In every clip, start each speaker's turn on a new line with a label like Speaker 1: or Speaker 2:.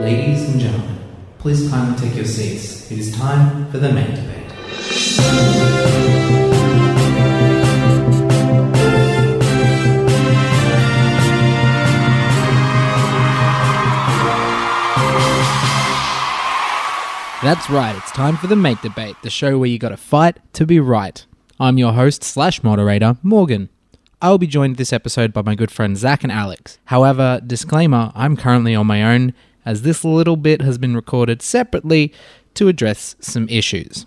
Speaker 1: Ladies and gentlemen, please kindly take your seats. It is time for the main debate. That's right, it's time for the mate debate, the show where you gotta fight to be right. I'm your host slash moderator, Morgan. I'll be joined this episode by my good friends Zach and Alex. However, disclaimer, I'm currently on my own, as this little bit has been recorded separately to address some issues.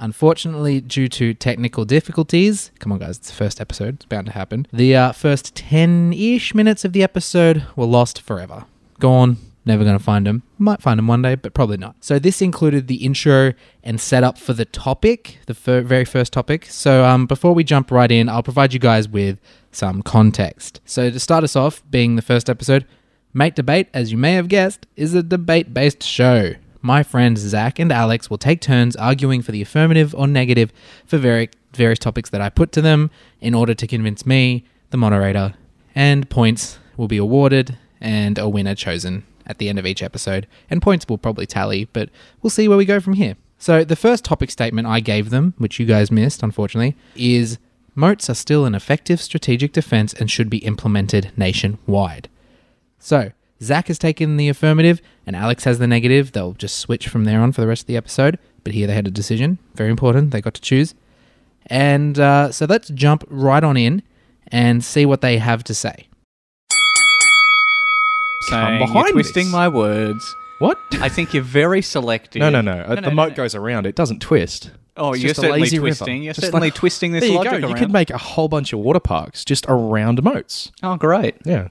Speaker 1: Unfortunately, due to technical difficulties, come on, guys, it's the first episode, it's bound to happen. The uh, first 10 ish minutes of the episode were lost forever. Gone, never going to find them. Might find them one day, but probably not. So, this included the intro and setup for the topic, the fir- very first topic. So, um, before we jump right in, I'll provide you guys with some context. So, to start us off, being the first episode, Mate Debate, as you may have guessed, is a debate based show. My friends Zach and Alex will take turns arguing for the affirmative or negative for vari- various topics that I put to them in order to convince me, the moderator, and points will be awarded and a winner chosen at the end of each episode. And points will probably tally, but we'll see where we go from here. So, the first topic statement I gave them, which you guys missed, unfortunately, is moats are still an effective strategic defense and should be implemented nationwide. So, Zach has taken the affirmative and Alex has the negative. They'll just switch from there on for the rest of the episode. But here they had a decision. Very important. They got to choose. And uh, so let's jump right on in and see what they have to say.
Speaker 2: saying you're
Speaker 1: behind
Speaker 2: twisting
Speaker 1: this.
Speaker 2: my words.
Speaker 1: What?
Speaker 2: I think you're very selective.
Speaker 3: No, no, no. Uh,
Speaker 2: no,
Speaker 3: the
Speaker 2: no,
Speaker 3: moat
Speaker 2: no.
Speaker 3: goes around. It doesn't twist.
Speaker 2: Oh,
Speaker 3: It's
Speaker 2: you're
Speaker 3: just a
Speaker 2: certainly
Speaker 3: lazy river.
Speaker 2: twisting. You're
Speaker 3: Just
Speaker 2: certainly
Speaker 3: like-
Speaker 2: twisting this
Speaker 3: there you
Speaker 2: logic
Speaker 3: go.
Speaker 2: around.
Speaker 3: You could make a whole bunch of water parks just around moats.
Speaker 2: oh, great.
Speaker 3: Yeah.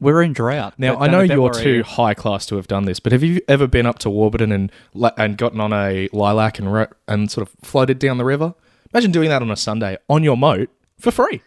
Speaker 2: We're in drought.
Speaker 3: Now
Speaker 2: But
Speaker 3: I
Speaker 2: don't-
Speaker 3: know
Speaker 2: don't
Speaker 3: you're
Speaker 2: worry.
Speaker 3: too high class to have done this, but have you ever been up to Warburton and la- and gotten on a lilac and ro- and sort of floated down the river? Imagine doing that on a Sunday on your moat for free.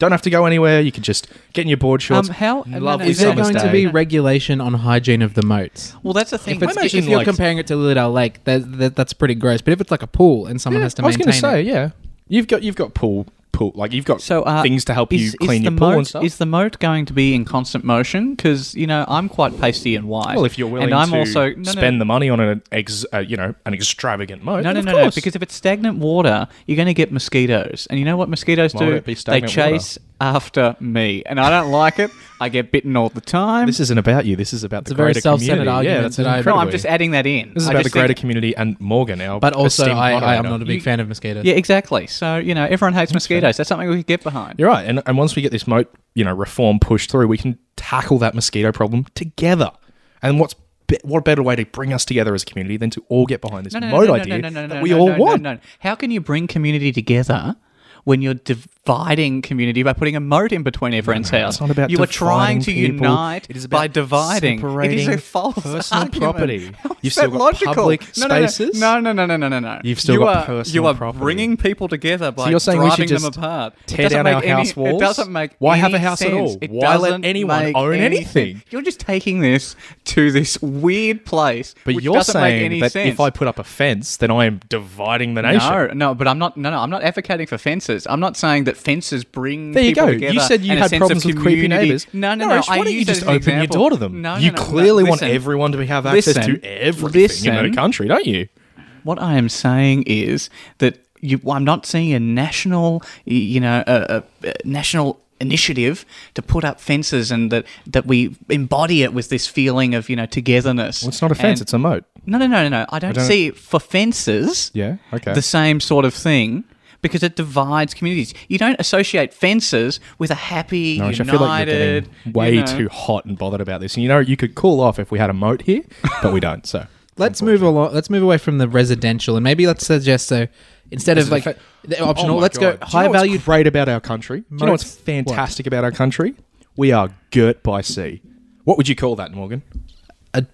Speaker 3: Don't have to go anywhere. You could just get in your board
Speaker 2: Um,
Speaker 3: shorts.
Speaker 2: how
Speaker 3: Lovely
Speaker 1: Is there
Speaker 3: summer's
Speaker 1: going to
Speaker 3: day.
Speaker 1: be regulation on hygiene of the moats?
Speaker 2: Well, that's the thing.
Speaker 1: If, it's,
Speaker 3: imagine,
Speaker 1: if you're
Speaker 3: like-
Speaker 1: comparing it to Lillardale Lake, that, that, that's pretty gross. But if it's like a pool and someone
Speaker 3: Yeah,
Speaker 1: has to
Speaker 3: I was
Speaker 1: maintain
Speaker 3: going to say,
Speaker 1: it,
Speaker 3: yeah, you've got you've got pool pool like you've got
Speaker 2: so uh,
Speaker 3: things to help
Speaker 2: is,
Speaker 3: you
Speaker 2: is
Speaker 3: clean your
Speaker 2: the
Speaker 3: pool
Speaker 2: moat,
Speaker 3: and stuff.
Speaker 2: Is the moat going to be in constant motion? Because you know I'm quite pasty and wide.
Speaker 3: Well, if you're willing
Speaker 2: and I'm
Speaker 3: to
Speaker 2: also, no, no,
Speaker 3: spend the money on an ex, uh, you know, an extravagant mode,
Speaker 2: No, no,
Speaker 3: then
Speaker 2: no,
Speaker 3: of
Speaker 2: no.
Speaker 3: course.
Speaker 2: Because if it's stagnant water, you're going to get mosquitoes. And you know what mosquitoes
Speaker 3: Why would
Speaker 2: do?
Speaker 3: it be
Speaker 2: They
Speaker 3: stagnant water?
Speaker 2: chase after me, and I don't like it. I get bitten all the time.
Speaker 3: this isn't about you. This is about
Speaker 1: a
Speaker 3: the
Speaker 1: very
Speaker 3: greater
Speaker 1: self-centered
Speaker 3: community.
Speaker 1: argument
Speaker 3: yeah, that's
Speaker 1: that I- No, I'm
Speaker 2: no,
Speaker 3: incredible.
Speaker 2: I'm just adding that in.
Speaker 3: This is
Speaker 2: I
Speaker 3: about the
Speaker 2: just
Speaker 3: greater
Speaker 2: think-
Speaker 3: community and Morgan, our
Speaker 1: but also
Speaker 3: esteemed
Speaker 1: I, I am
Speaker 3: moderator.
Speaker 1: not a big
Speaker 2: You-
Speaker 1: fan of mosquitoes.
Speaker 2: Yeah, exactly. So you know, everyone hates mosquitoes. That's something we could get behind.
Speaker 3: You're right, and and once we get this moat, you know, reform pushed through, we can tackle that mosquito problem together. And what's be- what better way to bring us together as a community than to all get behind this moat idea that we all want?
Speaker 2: no. How can you bring community together? When you're dividing community by putting a moat in between everyone's house,
Speaker 3: It's not about
Speaker 2: you are trying to
Speaker 3: dividing people.
Speaker 2: unite
Speaker 3: It is
Speaker 2: by
Speaker 3: about
Speaker 2: dividing. It is a
Speaker 3: separating
Speaker 2: false
Speaker 3: personal
Speaker 2: argument.
Speaker 3: property.
Speaker 2: How is
Speaker 3: You've still
Speaker 2: that
Speaker 3: got
Speaker 2: logical?
Speaker 3: public
Speaker 2: No, no, no.
Speaker 3: spaces.
Speaker 2: No, no, no, no, no, no, no.
Speaker 3: You've still
Speaker 2: you
Speaker 3: got
Speaker 2: are,
Speaker 3: personal
Speaker 2: You are
Speaker 3: property.
Speaker 2: bringing people together by
Speaker 3: So you're saying we
Speaker 2: driving
Speaker 3: should
Speaker 2: them
Speaker 3: just
Speaker 2: apart. It
Speaker 3: tear
Speaker 2: doesn't
Speaker 3: down our
Speaker 2: make any-
Speaker 3: house
Speaker 2: It
Speaker 3: walls?
Speaker 2: doesn't make.
Speaker 3: Why
Speaker 2: any
Speaker 3: have a house at
Speaker 2: sense.
Speaker 3: all?
Speaker 2: It
Speaker 3: Why let
Speaker 2: doesn't
Speaker 3: anyone
Speaker 2: make
Speaker 3: own anything?
Speaker 2: You're just taking this to this weird place,
Speaker 3: But
Speaker 2: which
Speaker 3: you're
Speaker 2: doesn't make
Speaker 3: saying
Speaker 2: any
Speaker 3: that
Speaker 2: sense.
Speaker 3: if I put up a fence, then I am dividing the nation.
Speaker 2: No, no, but I'm not. No, no, I'm not advocating for fences. I'm not saying that fences bring.
Speaker 3: There you
Speaker 2: people
Speaker 3: go.
Speaker 2: Together
Speaker 3: You said you
Speaker 2: and a
Speaker 3: had
Speaker 2: sense
Speaker 3: problems
Speaker 2: of
Speaker 3: with creepy
Speaker 2: community.
Speaker 3: neighbours.
Speaker 2: No, no, no.
Speaker 3: Norris,
Speaker 2: I
Speaker 3: why don't you
Speaker 2: used it
Speaker 3: just
Speaker 2: as an
Speaker 3: open
Speaker 2: example.
Speaker 3: your door to them?
Speaker 2: No, no,
Speaker 3: you
Speaker 2: no, no.
Speaker 3: clearly want
Speaker 2: Listen.
Speaker 3: everyone to have access
Speaker 2: Listen.
Speaker 3: to everything in
Speaker 2: Listen.
Speaker 3: the country, don't you?
Speaker 2: What I am saying is that you, well, I'm not seeing a national, y- you know, a, a, a national initiative to put up fences and that that we embody it with this feeling of you know togetherness.
Speaker 3: Well, it's not a fence;
Speaker 2: And-
Speaker 3: it's a moat.
Speaker 2: no, no, no, no, no. I don't,
Speaker 3: don't-
Speaker 2: see for fences.
Speaker 3: Yeah, okay.
Speaker 2: The same sort of thing because it divides communities. You don't associate fences with a happy,
Speaker 3: No,
Speaker 2: united.
Speaker 3: I feel like you're getting way
Speaker 2: you know-
Speaker 3: too hot and bothered about this. And you know, you could cool off if we had a moat here, but we don't. So
Speaker 1: Let's move along. Let's move away from the residential, and maybe let's suggest so instead of like the
Speaker 2: Oh
Speaker 1: optional, let's go high value.
Speaker 3: What's great about our country. Do you know what's
Speaker 1: Moats.
Speaker 3: fantastic about our country? We are girt by sea. What would you call that, Morgan?
Speaker 1: A,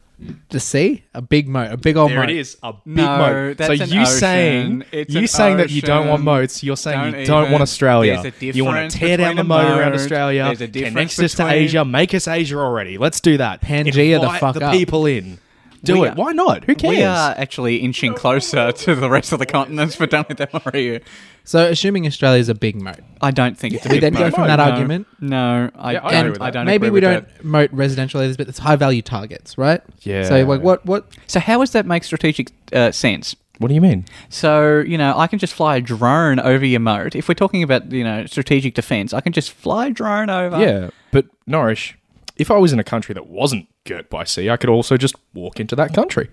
Speaker 1: the sea, a big moat, a big old
Speaker 3: There
Speaker 1: moat.
Speaker 3: it is, a big
Speaker 2: No,
Speaker 3: moat.
Speaker 2: that's
Speaker 3: so
Speaker 2: an
Speaker 3: you saying
Speaker 2: ocean. It's
Speaker 3: you
Speaker 2: an
Speaker 3: saying that you don't want
Speaker 2: ocean.
Speaker 3: moats, you're saying
Speaker 2: Don't
Speaker 3: you don't
Speaker 2: even.
Speaker 3: want Australia.
Speaker 2: There's a
Speaker 3: you want
Speaker 2: difference
Speaker 3: to tear down
Speaker 2: between
Speaker 3: the
Speaker 2: a
Speaker 3: moat around
Speaker 2: moat.
Speaker 3: Australia,
Speaker 2: There's a difference
Speaker 3: connect us to
Speaker 2: between-
Speaker 3: Asia, make us Asia already. Let's do that.
Speaker 1: Pangea the
Speaker 3: Invite
Speaker 1: fuck
Speaker 3: the
Speaker 1: up.
Speaker 3: people in. Do
Speaker 2: We
Speaker 3: it.
Speaker 2: are-
Speaker 3: Why not? Who cares?
Speaker 2: We are actually inching closer to the rest of the continents, but don't let that worry you.
Speaker 1: So, assuming Australia's a big moat,
Speaker 2: I don't think it's a
Speaker 1: we
Speaker 2: big
Speaker 1: then go
Speaker 2: moat.
Speaker 1: from that
Speaker 3: No.
Speaker 1: argument.
Speaker 2: No, I,
Speaker 3: Yeah, I agree
Speaker 2: don't,
Speaker 3: with
Speaker 2: I
Speaker 3: that.
Speaker 2: don't
Speaker 1: Maybe
Speaker 2: agree
Speaker 1: we
Speaker 2: with
Speaker 1: don't
Speaker 2: that.
Speaker 1: moat residential areas, but it's high value targets, right?
Speaker 3: Yeah.
Speaker 1: So, like, what, what?
Speaker 2: So how does that make strategic uh, sense?
Speaker 3: What do you mean?
Speaker 2: So, you know, I can just fly a drone over your moat. If we're talking about, you know, strategic defense, I can just fly a drone over.
Speaker 3: Yeah, but Norrish, if I was in a country that wasn't girt by sea, I could also just walk into that country.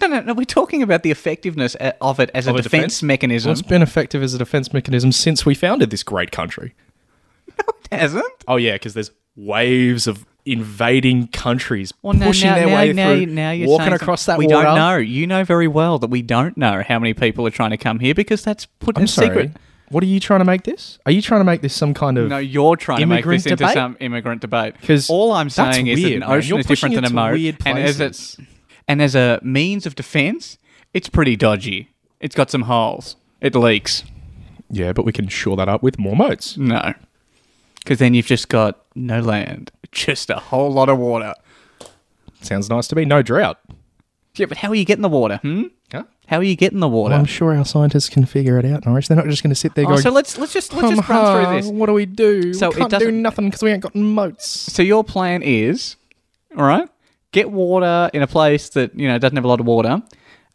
Speaker 2: No, no, no. We're talking about the effectiveness uh, of it as a
Speaker 3: Of a
Speaker 2: defense,
Speaker 3: defense?
Speaker 2: mechanism.
Speaker 3: Well, it's been effective as a defense mechanism since we founded this great country.
Speaker 2: hasn't.
Speaker 3: Oh yeah, because there's waves of invading countries
Speaker 2: Well, no,
Speaker 3: pushing
Speaker 2: now,
Speaker 3: their
Speaker 2: now,
Speaker 3: way
Speaker 2: now,
Speaker 3: through,
Speaker 2: you- now you're
Speaker 3: walking
Speaker 2: saying
Speaker 3: across that
Speaker 2: something- We
Speaker 3: water.
Speaker 2: don't know. You know very well that we don't know how many people are trying to come here because that's put
Speaker 3: I'm
Speaker 2: in
Speaker 3: sorry.
Speaker 2: secret.
Speaker 3: What are you trying to make this? Are you trying to make this some kind of
Speaker 2: No, you're trying to make this
Speaker 3: Immigrant
Speaker 2: into
Speaker 3: debate?
Speaker 2: some immigrant debate.
Speaker 3: 'Cause
Speaker 2: all I'm
Speaker 3: that's
Speaker 2: saying is that
Speaker 3: weird,
Speaker 2: an
Speaker 3: man.
Speaker 2: ocean
Speaker 3: You're
Speaker 2: is different
Speaker 3: pushing
Speaker 2: than a
Speaker 3: it to
Speaker 2: moat,
Speaker 3: weird
Speaker 2: and as
Speaker 3: places.
Speaker 2: a, and as a means of defense, it's pretty dodgy. It's got some holes. It leaks.
Speaker 3: Yeah, but we can shore that up with more moats.
Speaker 2: No, because then you've just got no land, just a whole lot of water.
Speaker 3: Sounds nice to me. No drought.
Speaker 2: Yeah, but how are you getting the water? Hmm.
Speaker 3: Huh?
Speaker 2: How are you getting the water?
Speaker 3: I'm sure our scientists can figure it out, Norris. They're not just going to sit there
Speaker 2: Oh,
Speaker 3: going,
Speaker 2: so let's let's just let's just run
Speaker 3: "Hum-ha,
Speaker 2: through this.
Speaker 3: What do we do?
Speaker 2: So
Speaker 3: So
Speaker 2: it
Speaker 3: we can't do
Speaker 2: doesn't-
Speaker 3: nothing because we ain't got moats.
Speaker 2: So your plan is, all right, get water in a place that you know doesn't have a lot of water.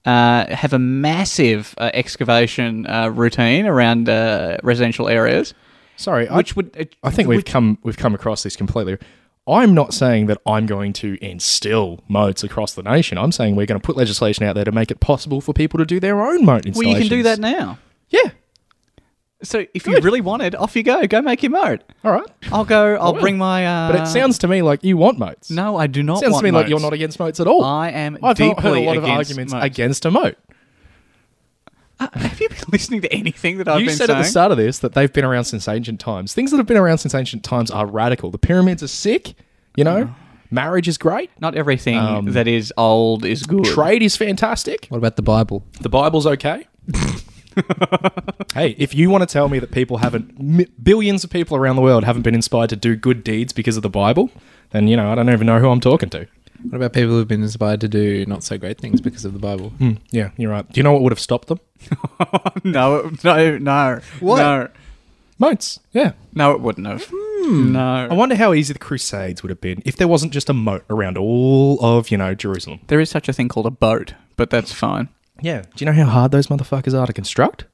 Speaker 2: Uh, have a massive uh, excavation uh, routine around uh, residential areas,
Speaker 3: Sorry, I,
Speaker 2: which would
Speaker 3: I think we've come we've come across this completely. I'm not saying that I'm going to instill moats across the nation. I'm saying we're going to put legislation out there to make it possible for people to do their own moat installations.
Speaker 2: well you can do that now.
Speaker 3: Yeah.
Speaker 2: So if you really wanted, off you go. Go make your moat.
Speaker 3: All right.
Speaker 2: I'll go. I'll
Speaker 3: will.
Speaker 2: bring my. Uh,
Speaker 3: But it sounds to me like you want moats.
Speaker 2: No, I do not.
Speaker 3: sounds
Speaker 2: want
Speaker 3: to me like
Speaker 2: moats.
Speaker 3: you're not against moats at all.
Speaker 2: I am
Speaker 3: I've not heard a
Speaker 2: deeply
Speaker 3: lot of
Speaker 2: against
Speaker 3: arguments
Speaker 2: moats.
Speaker 3: against a moat.
Speaker 2: Uh, have you been listening to anything that I've
Speaker 3: you
Speaker 2: been
Speaker 3: said
Speaker 2: saying?
Speaker 3: at the start of this that they've been around since ancient times. Things that have been around since ancient times are radical. The pyramids are sick, you know. Marriage is great.
Speaker 2: Not everything
Speaker 3: Um,
Speaker 2: that is old is good.
Speaker 3: Trade is fantastic.
Speaker 1: What about the Bible?
Speaker 3: The Bible's okay. hey, if you want to tell me that people haven't mi- billions of people around the world haven't been inspired to do good deeds because of the Bible, then you know I don't even know who I'm talking to.
Speaker 1: What about people who've been inspired to do not so great things because of the Bible?
Speaker 2: Hmm.
Speaker 3: Hmm, Yeah, you're right. Do you know what would have stopped them?
Speaker 2: Oh, No, no, no.
Speaker 1: What?
Speaker 2: No,
Speaker 3: Moats. Yeah.
Speaker 2: no it wouldn't have.
Speaker 3: I
Speaker 2: No.
Speaker 3: wonder how easy the Crusades would have been if there wasn't just a moat around all of you know Jerusalem.
Speaker 2: There is such a thing called a boat, but that's fine.
Speaker 3: Yeah. Do you know how hard those motherfuckers are to construct?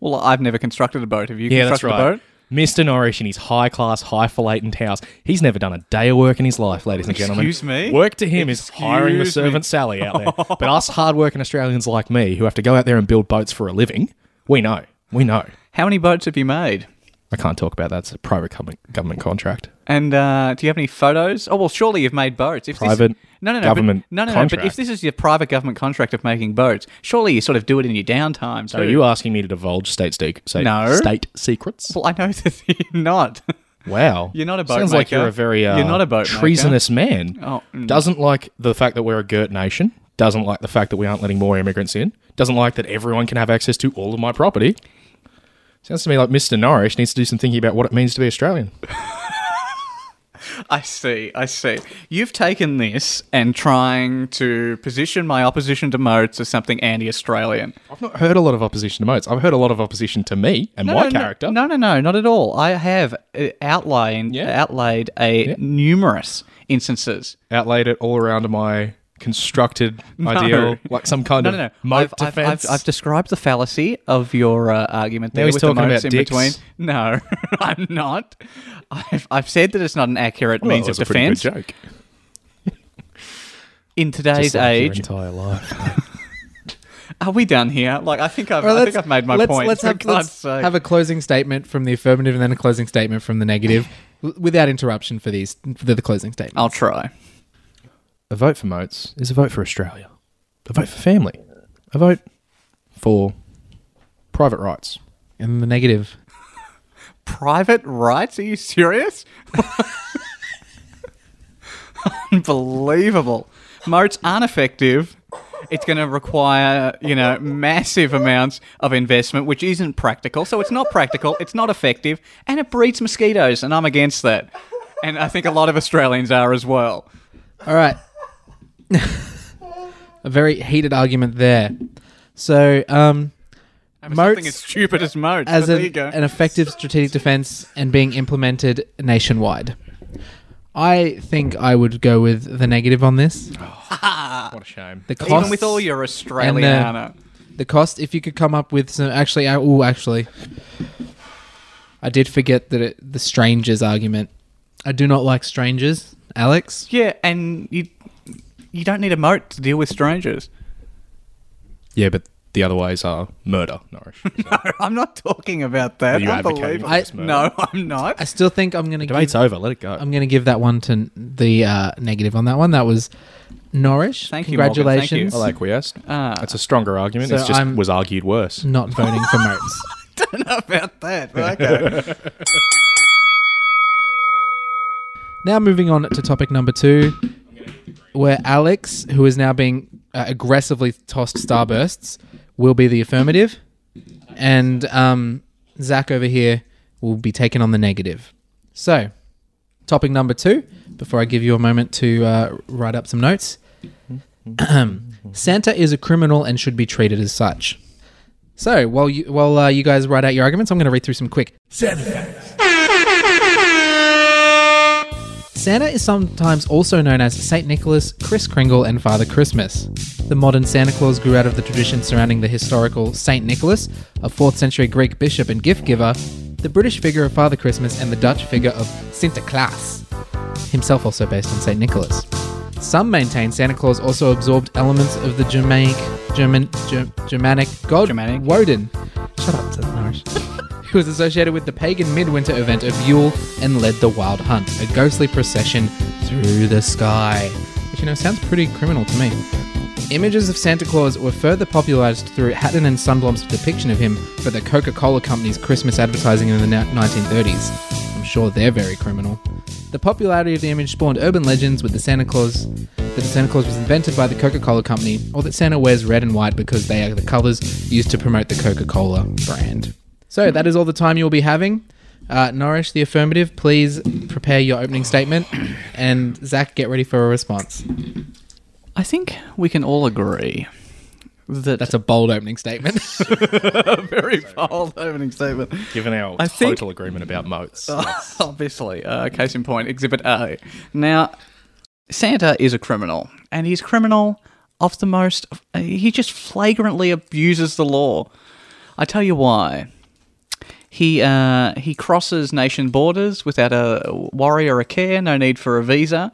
Speaker 2: Well, I've never constructed a boat. Have you constructed a boat?
Speaker 3: Mr. Norrish in his high class, highfalutin house. He's never done a day of work in his life, ladies and gentlemen.
Speaker 2: Excuse me?
Speaker 3: Work to him is hiring the
Speaker 2: Excuse me.
Speaker 3: servant Sally out there. but us hardworking Australians like me who have to go out there and build boats for a living, we know. We know.
Speaker 2: How many boats have you made?
Speaker 3: I can't talk about that. It's a private government, government contract.
Speaker 2: And uh, do you have any photos? Oh well, surely you've made boats. If
Speaker 3: Private
Speaker 2: this, no, no, no, but-
Speaker 3: government
Speaker 2: no, no, no. But if
Speaker 3: contract.
Speaker 2: this is your private government contract of making boats, surely you sort of do it in your downtime.
Speaker 3: So are
Speaker 2: too.
Speaker 3: you asking me to divulge state, sec- state,
Speaker 2: No.
Speaker 3: state secrets?
Speaker 2: Well, I know that you're not.
Speaker 3: Wow.
Speaker 2: You're not a boat
Speaker 3: Sounds like
Speaker 2: maker.
Speaker 3: you're a very uh,
Speaker 2: You're not a boat maker.
Speaker 3: treasonous man.
Speaker 2: Oh, mm.
Speaker 3: Doesn't like the fact that we're a girt nation. Doesn't like the fact that we aren't letting more immigrants in. Doesn't like that everyone can have access to all of my property. Sounds to me like Mr. Norrish needs to do some thinking about what it means to be Australian.
Speaker 2: I see, I see. You've taken this and trying to position my opposition to moats as something anti-Australian.
Speaker 3: I've not heard a lot of opposition to moats. I've heard a lot of opposition to me and my character.
Speaker 2: No, no, no, not at all. I have uh, outlined
Speaker 3: Yeah.
Speaker 2: outlaid a numerous instances.
Speaker 3: Outlaid it all around my constructed ideal, like some kind
Speaker 2: No,
Speaker 3: of
Speaker 2: no, no.
Speaker 3: moat
Speaker 2: I've, I've,
Speaker 3: defense.
Speaker 2: I've, I've described the fallacy of your uh, argument there
Speaker 3: he's
Speaker 2: with the
Speaker 3: talking
Speaker 2: moats
Speaker 3: about
Speaker 2: in
Speaker 3: dicks.
Speaker 2: between. No, I'm not. I've, I've said that it's not an accurate
Speaker 3: Well,
Speaker 2: means
Speaker 3: that
Speaker 2: of
Speaker 3: was a pretty good
Speaker 2: defense.
Speaker 3: joke.
Speaker 2: In today's
Speaker 3: Just like your
Speaker 2: age,
Speaker 3: entire life.
Speaker 2: are we done here? Like, I think I've, I think I've made my
Speaker 1: let's,
Speaker 2: point.
Speaker 1: Let's,
Speaker 2: for
Speaker 1: have,
Speaker 2: God's
Speaker 1: let's
Speaker 2: sake.
Speaker 1: have a closing statement from the affirmative and then a closing statement from the negative w- without interruption for these for the, the closing statement.
Speaker 2: I'll try.
Speaker 3: A vote for Moats is a vote for Australia. A vote for family. A vote for private rights.
Speaker 2: Oh.
Speaker 1: and the negative.
Speaker 2: Private rights? Are you serious? Unbelievable. Moats aren't effective. It's going to require, you know, massive amounts of investment, which isn't practical. So it's not practical, it's not effective, and it breeds mosquitoes, and I'm against that. And I think a lot of Australians are as well.
Speaker 1: All right. A very heated argument there. So, um,
Speaker 2: Something
Speaker 1: moats
Speaker 2: as stupid as moats.
Speaker 1: as
Speaker 2: but
Speaker 1: an,
Speaker 2: there you go.
Speaker 1: an effective strategic defense and being implemented nationwide. I think I would go with the negative on this.
Speaker 2: Uh,
Speaker 3: What a shame.
Speaker 1: The cost,
Speaker 2: Even with all your
Speaker 1: uh,
Speaker 2: Australiana,
Speaker 1: the cost, if you could come up with some, actually, I, oh, actually, I did forget that it, the strangers argument. I do not like strangers, Alex.
Speaker 2: yeah, and you you don't need a moat to deal with strangers.
Speaker 3: Yeah, but the other ways are murder. No.
Speaker 2: I'm not talking about that.
Speaker 3: Are you advocating
Speaker 2: Unbelievable.
Speaker 3: for this
Speaker 1: I-
Speaker 3: murder?
Speaker 2: no, Um, I'm
Speaker 1: I
Speaker 2: not.
Speaker 1: still think I'm going to
Speaker 3: Debate's
Speaker 1: give,
Speaker 3: over. Let it go.
Speaker 1: I'm going to give that one to the uh, negative on that one. That was Norrish.
Speaker 2: Thank you, Morgan. Thank you.
Speaker 1: Congratulations.
Speaker 3: I like acquiesced.
Speaker 2: Ah.
Speaker 3: It's a stronger argument.
Speaker 1: So
Speaker 3: it's just
Speaker 1: I'm-
Speaker 3: was argued worse.
Speaker 1: Not voting for Moats.
Speaker 2: don't know about that. but Okay.
Speaker 1: Now moving on to topic number two, where Alex, who is now being uh, aggressively tossed starbursts, will be the affirmative, and um, Zach over here will be taken on the negative. So, topic number two. Before I give you a moment to uh, write up some notes, Santa is a criminal and should be treated as such. So, while you while uh, you guys write out your arguments, I'm going to read through some quick Santa is sometimes also known as St. Nicholas, Kris Kringle, and Father Christmas. The modern Santa Claus grew out of the tradition surrounding the historical St. Nicholas, a 4th century Greek bishop and gift giver, the British figure of Father Christmas, and the Dutch figure of Sinterklaas, himself also based on St. Nicholas. Some maintain Santa Claus also absorbed elements of the Germanic, German, Ger- Germanic god
Speaker 2: Germanic.
Speaker 1: Woden. Shut up, Seth Norris. Who was associated with the pagan midwinter event of Yule and led the Wild Hunt, a ghostly procession through the sky. Which, you know, sounds pretty criminal to me. Images of Santa Claus were further popularized through Hatton and Sunblom's depiction of him for the Coca Cola Company's Christmas advertising in the na- 1930s. I'm sure they're very criminal. The popularity of the image spawned urban legends with the Santa Claus that the Santa Claus was invented by the Coca-Cola company or that Santa wears red and white because they are the colors used to promote the Coca-Cola brand. So that is all the time you'll be having. Uh, Norrish, the affirmative, please prepare your opening statement and Zach, get ready for a response.
Speaker 2: I think we can all agree that
Speaker 1: That's a bold opening statement.
Speaker 2: a very bold opening statement.
Speaker 3: Given our
Speaker 2: I
Speaker 3: total
Speaker 2: think- Uh,
Speaker 3: agreement about moats.
Speaker 2: Obviously, uh, case in point, Exhibit A. Now, Santa is a criminal, and he's criminal of the most. uh, He just flagrantly abuses the law. I tell you why. He uh, he crosses nation borders without a worry or a care. No need for a visa.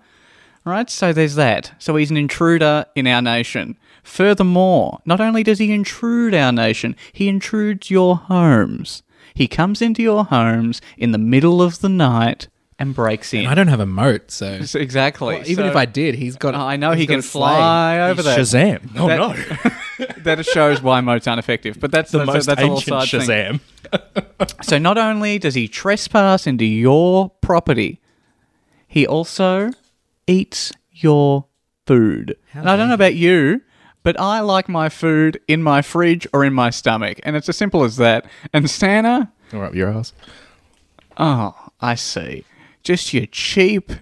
Speaker 2: Right, so there's that. So he's an intruder in our nation. Furthermore, not only does he intrude our nation, he intrudes your homes. He comes into your homes in the middle of the night and breaks in.
Speaker 1: I don't have a moat, so
Speaker 2: So- exactly.
Speaker 1: even
Speaker 2: So-
Speaker 1: if I did, he's got.
Speaker 2: I know he
Speaker 1: he's got
Speaker 2: can
Speaker 1: a sleigh.
Speaker 2: fly over there.
Speaker 3: Shazam. Oh
Speaker 2: That-
Speaker 3: no.
Speaker 2: that shows why moats aren't effective. But that's
Speaker 3: The
Speaker 2: that's,
Speaker 3: most
Speaker 2: that's a whole
Speaker 3: ancient
Speaker 2: side thing.
Speaker 3: Shazam.
Speaker 2: So not only does he trespass into your property, he also eats your food. and I don't know about you, but I like my food in my fridge or in my stomach, and it's as simple as that. And Santa,
Speaker 3: All right, your ass.
Speaker 2: oh, I see, just your cheap,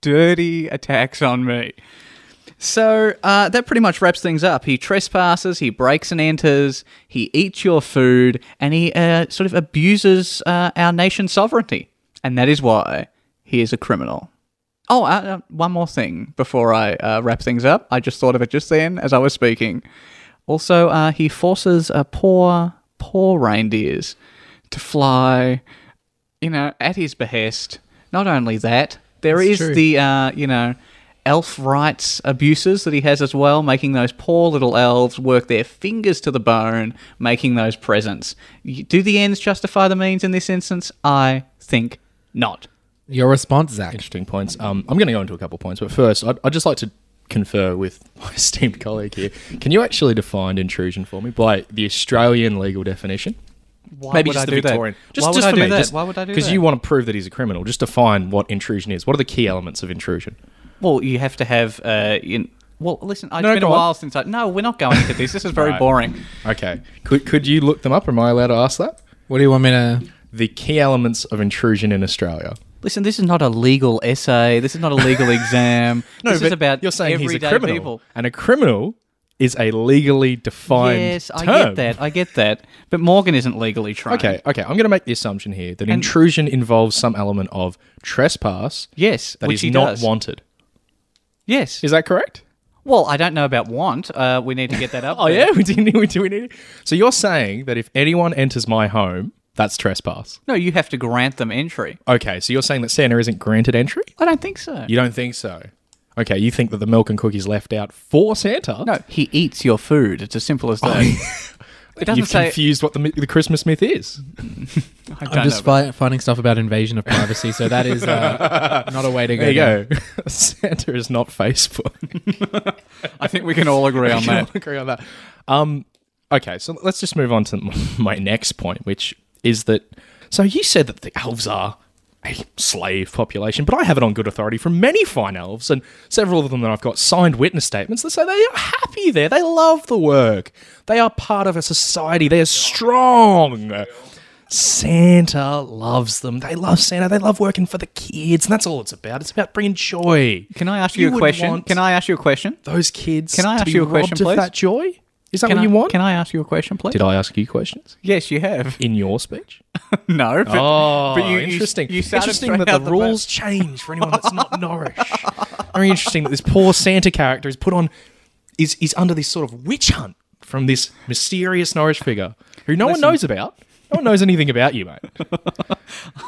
Speaker 2: dirty attacks on me. So uh, that pretty much wraps things up. He trespasses, he breaks and enters, he eats your food, and he uh, sort of abuses uh, our nation's sovereignty. And that is why he is a criminal. Oh, uh, uh, one more thing before I uh, wrap things up. I just thought of it just then as I was speaking. Also, uh, he forces uh, poor, poor reindeers to fly, you know, at his behest. Not only that, there is
Speaker 1: That's true.
Speaker 2: the, uh, you know, elf rights abuses that he has as well, making those poor little elves work their fingers to the bone, making those presents. Y- Do the ends justify the means in this instance? I think not.
Speaker 1: Your response, Zach.
Speaker 3: Interesting points. Um, I'm going to go into a couple of points, but first, I'd, I'd just like to confer with my esteemed colleague here. Can you actually define intrusion for me by the Australian legal definition?
Speaker 2: Why
Speaker 3: Maybe
Speaker 2: would
Speaker 3: just
Speaker 2: I
Speaker 3: the
Speaker 2: do that?
Speaker 3: Victorian. Just,
Speaker 2: Why would
Speaker 3: just
Speaker 2: I
Speaker 3: for
Speaker 2: do
Speaker 3: me,
Speaker 2: that?
Speaker 3: just-
Speaker 2: Why would I do that?
Speaker 3: Because you want to prove that he's a criminal. Just define what intrusion is. What are the key elements of intrusion?
Speaker 2: Well, you have to have. Uh, in, well, listen, it's
Speaker 3: No,
Speaker 2: been a
Speaker 3: go on.
Speaker 2: while since I. No, we're not going into this. This is very
Speaker 3: Right.
Speaker 2: boring.
Speaker 3: Okay. Could, could you look them up? Am I allowed to ask that?
Speaker 1: What do you want me to?
Speaker 3: The key elements of intrusion in Australia.
Speaker 2: Listen, this is not a legal essay. This is not a legal exam.
Speaker 3: No,
Speaker 2: this
Speaker 3: but
Speaker 2: is about
Speaker 3: you're saying he's a
Speaker 2: everyday
Speaker 3: criminal,
Speaker 2: people.
Speaker 3: and a criminal is a legally defined
Speaker 2: Yes, I
Speaker 3: term.
Speaker 2: get that. I get that. But Morgan isn't legally trained.
Speaker 3: Okay, okay. I'm going to make the assumption here that intrusion involves some element of trespass
Speaker 2: Yes,
Speaker 3: that
Speaker 2: which
Speaker 3: is
Speaker 2: he
Speaker 3: not
Speaker 2: does.
Speaker 3: wanted.
Speaker 2: Yes.
Speaker 3: Is that correct?
Speaker 2: Well, I don't know about want. Uh, we need to get that up.
Speaker 3: Oh
Speaker 2: there.
Speaker 3: yeah, we do need. We do we need. So you're saying that if anyone enters my home, that's trespass.
Speaker 2: No, you have to grant them entry.
Speaker 3: Okay, so you're saying that Santa isn't granted entry?
Speaker 2: I don't think so.
Speaker 3: You don't think so? Okay, you think that the milk and cookies left out for Santa?
Speaker 2: No, he eats your food. It's as simple as that. it doesn't
Speaker 3: You've
Speaker 2: say.
Speaker 3: confused what the, mi- the Christmas myth is.
Speaker 2: I don't
Speaker 1: I'm just
Speaker 2: know,
Speaker 1: fi- finding stuff about invasion of privacy, so that is uh, not a way to go.
Speaker 3: There you
Speaker 1: down.
Speaker 3: go. Santa is not Facebook.
Speaker 2: but I think we can all agree on
Speaker 3: I
Speaker 2: that.
Speaker 3: don't agree on that. Um, okay, so let's just move on to my next point, which is that. So you said that the elves are a slave population, but I have it on good authority from many fine elves and several of them that I've got signed witness statements that say they are happy there. They love the work. They are part of a society. They are strong. Santa loves them. They love Santa. They love working for the kids, and that's all it's about. It's about bringing joy.
Speaker 2: Can I ask you, a
Speaker 3: would
Speaker 2: question?
Speaker 3: want-
Speaker 2: Can I ask you a question?
Speaker 3: those kids.
Speaker 2: Can I
Speaker 3: to
Speaker 2: ask
Speaker 3: be
Speaker 2: you a question,
Speaker 3: robbed of
Speaker 2: please?
Speaker 3: That joy is that
Speaker 2: Can
Speaker 3: what
Speaker 2: I,
Speaker 3: you want?
Speaker 2: Can I ask you a question, please?
Speaker 3: Did I ask you questions
Speaker 2: Yes, you have.
Speaker 3: in your speech?
Speaker 2: no, but,
Speaker 3: Oh,
Speaker 2: but you, you-
Speaker 3: interesting.
Speaker 2: You, started
Speaker 3: interesting
Speaker 2: straight
Speaker 3: that the,
Speaker 2: out bat.
Speaker 3: rules change for anyone that's not Norrish. Very interesting that this poor Santa character is put on is is under this sort of witch hunt from this mysterious Norwich figure who no one knows about. No one knows anything about you, mate.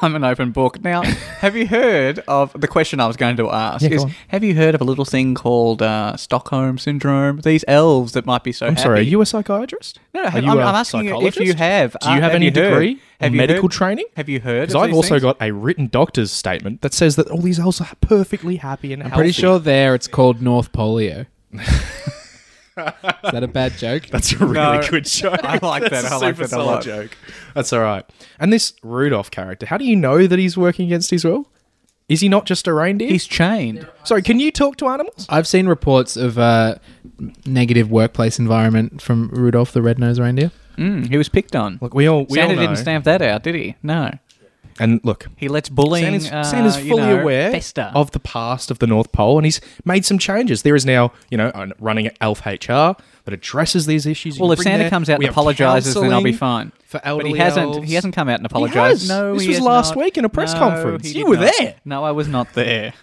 Speaker 2: I'm an open book. Now, have you heard of the question I was going to ask?
Speaker 3: go
Speaker 2: is
Speaker 3: on.
Speaker 2: have you heard of a little thing called uh, Stockholm syndrome? These elves that might be so.
Speaker 3: I'm sorry. Are you a psychiatrist?
Speaker 2: No, no,
Speaker 3: Are
Speaker 2: have,
Speaker 3: you
Speaker 2: I'm,
Speaker 3: a
Speaker 2: I'm asking you if you
Speaker 3: psychologist?
Speaker 2: have.
Speaker 3: Do you
Speaker 2: uh,
Speaker 3: have any
Speaker 2: you heard-
Speaker 3: degree or
Speaker 2: have you
Speaker 3: medical
Speaker 2: heard-
Speaker 3: training?
Speaker 2: Have you heard?
Speaker 3: Because I've also got a written doctor's statement that says that all these elves are perfectly happy and
Speaker 1: I'm
Speaker 3: healthy.
Speaker 1: pretty sure there it's called North Polio. is that a bad joke?
Speaker 3: That's a really
Speaker 2: No.
Speaker 3: good joke.
Speaker 2: I like
Speaker 3: That's
Speaker 2: that.
Speaker 3: a
Speaker 2: I like that
Speaker 3: super
Speaker 2: a
Speaker 3: solid
Speaker 2: lot.
Speaker 3: joke. That's all right. And this Rudolph character, how do you know that he's working against his will? Is he not just a reindeer?
Speaker 2: He's chained.
Speaker 3: Sorry, can you talk to animals?
Speaker 1: I've seen reports of uh, negative workplace environment from Rudolph the Red-Nosed Reindeer.
Speaker 2: Mm, he was picked on.
Speaker 3: Look, we all we
Speaker 2: Santa
Speaker 3: all know.
Speaker 2: didn't stamp that out, did he? No.
Speaker 3: and look,
Speaker 2: He lets bullying.
Speaker 3: Santa's,
Speaker 2: uh,
Speaker 3: Santa's fully
Speaker 2: you know,
Speaker 3: aware
Speaker 2: fester.
Speaker 3: of the past of the North Pole, and he's made some changes. There is now, you know, a- running Elf HR that addresses these issues. You
Speaker 2: Well,
Speaker 3: can
Speaker 2: if
Speaker 3: bring
Speaker 2: Santa
Speaker 3: there-
Speaker 2: comes out
Speaker 3: we
Speaker 2: and
Speaker 3: have
Speaker 2: apologizes, then I'll be
Speaker 3: counselling
Speaker 2: fine.
Speaker 3: for
Speaker 2: But
Speaker 3: elderly
Speaker 2: he hasn't.
Speaker 3: elves.
Speaker 2: He hasn't come out and
Speaker 3: has.
Speaker 2: apologized. No,
Speaker 3: This
Speaker 2: he
Speaker 3: was
Speaker 2: has
Speaker 3: last
Speaker 2: not.
Speaker 3: week in a press
Speaker 2: No,
Speaker 3: conference.
Speaker 2: he
Speaker 3: You
Speaker 2: did
Speaker 3: were
Speaker 2: not.
Speaker 3: there.
Speaker 2: No, I was not there.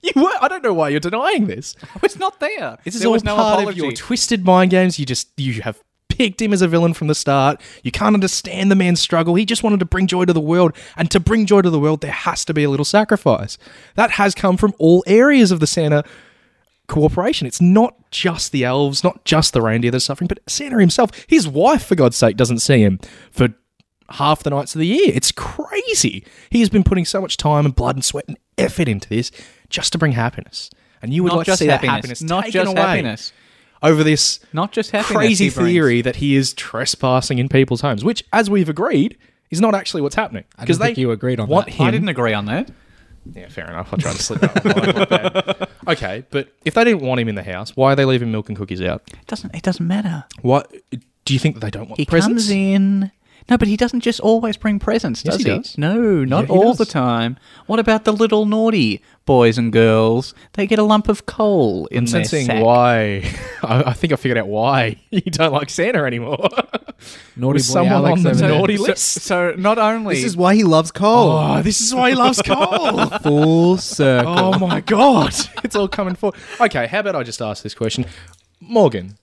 Speaker 3: You were. I don't know why you're denying this.
Speaker 2: I was not there.
Speaker 3: This is
Speaker 2: There
Speaker 3: all
Speaker 2: was no
Speaker 3: part
Speaker 2: apology.
Speaker 3: of your twisted mind games. You just you have picked him as a villain from the start. You can't understand the man's struggle. He just wanted to bring joy to the world, and to bring joy to the world, there has to be a little sacrifice. That has come from all areas of the Santa cooperation. It's not just the elves, not just the reindeer that's suffering, but Santa himself. His wife, for God's sake, doesn't see him for half the nights of the year. It's crazy. He has been putting so much time and blood and sweat and effort into this just to bring happiness. And you would
Speaker 2: Not
Speaker 3: like
Speaker 2: just
Speaker 3: to see that
Speaker 2: happiness.
Speaker 3: happiness
Speaker 2: Not
Speaker 3: taken
Speaker 2: just
Speaker 3: away
Speaker 2: happiness.
Speaker 3: over this
Speaker 2: Not just happiness.
Speaker 3: crazy
Speaker 2: he brings.
Speaker 3: theory that he is trespassing in people's homes, which, as we've agreed, is not actually what's happening.
Speaker 1: I
Speaker 3: Because
Speaker 1: don't
Speaker 3: they
Speaker 1: think you agreed on
Speaker 3: want
Speaker 1: that.
Speaker 3: him.
Speaker 2: I didn't agree on that.
Speaker 3: Yeah, fair enough. I tried to slip that. one. My bad. okay, but if they didn't want him in the house, why are they leaving milk and cookies out?
Speaker 2: It doesn't. It doesn't matter.
Speaker 3: What do you think that they don't want
Speaker 2: He
Speaker 3: presents?
Speaker 2: comes in. No, but he doesn't just always bring presents,
Speaker 3: Yes,
Speaker 2: does
Speaker 3: he does.
Speaker 2: No, not
Speaker 3: he
Speaker 2: all
Speaker 3: does.
Speaker 2: the time. What about the little naughty boys and girls? They get a lump of coal in
Speaker 3: I'm
Speaker 2: their
Speaker 3: sensing
Speaker 2: sack.
Speaker 3: why. I, I think I figured out why you don't like Santa anymore.
Speaker 1: Naughty boy
Speaker 3: Was someone
Speaker 1: Alex
Speaker 3: on the
Speaker 1: over there.
Speaker 3: naughty
Speaker 2: So-
Speaker 3: list?
Speaker 2: So, not only
Speaker 1: This is why he loves coal.
Speaker 3: Oh, this is why he loves coal.
Speaker 1: Full circle.
Speaker 3: Oh my god, it's all coming forward. Okay, how about I just ask this question, Morgan?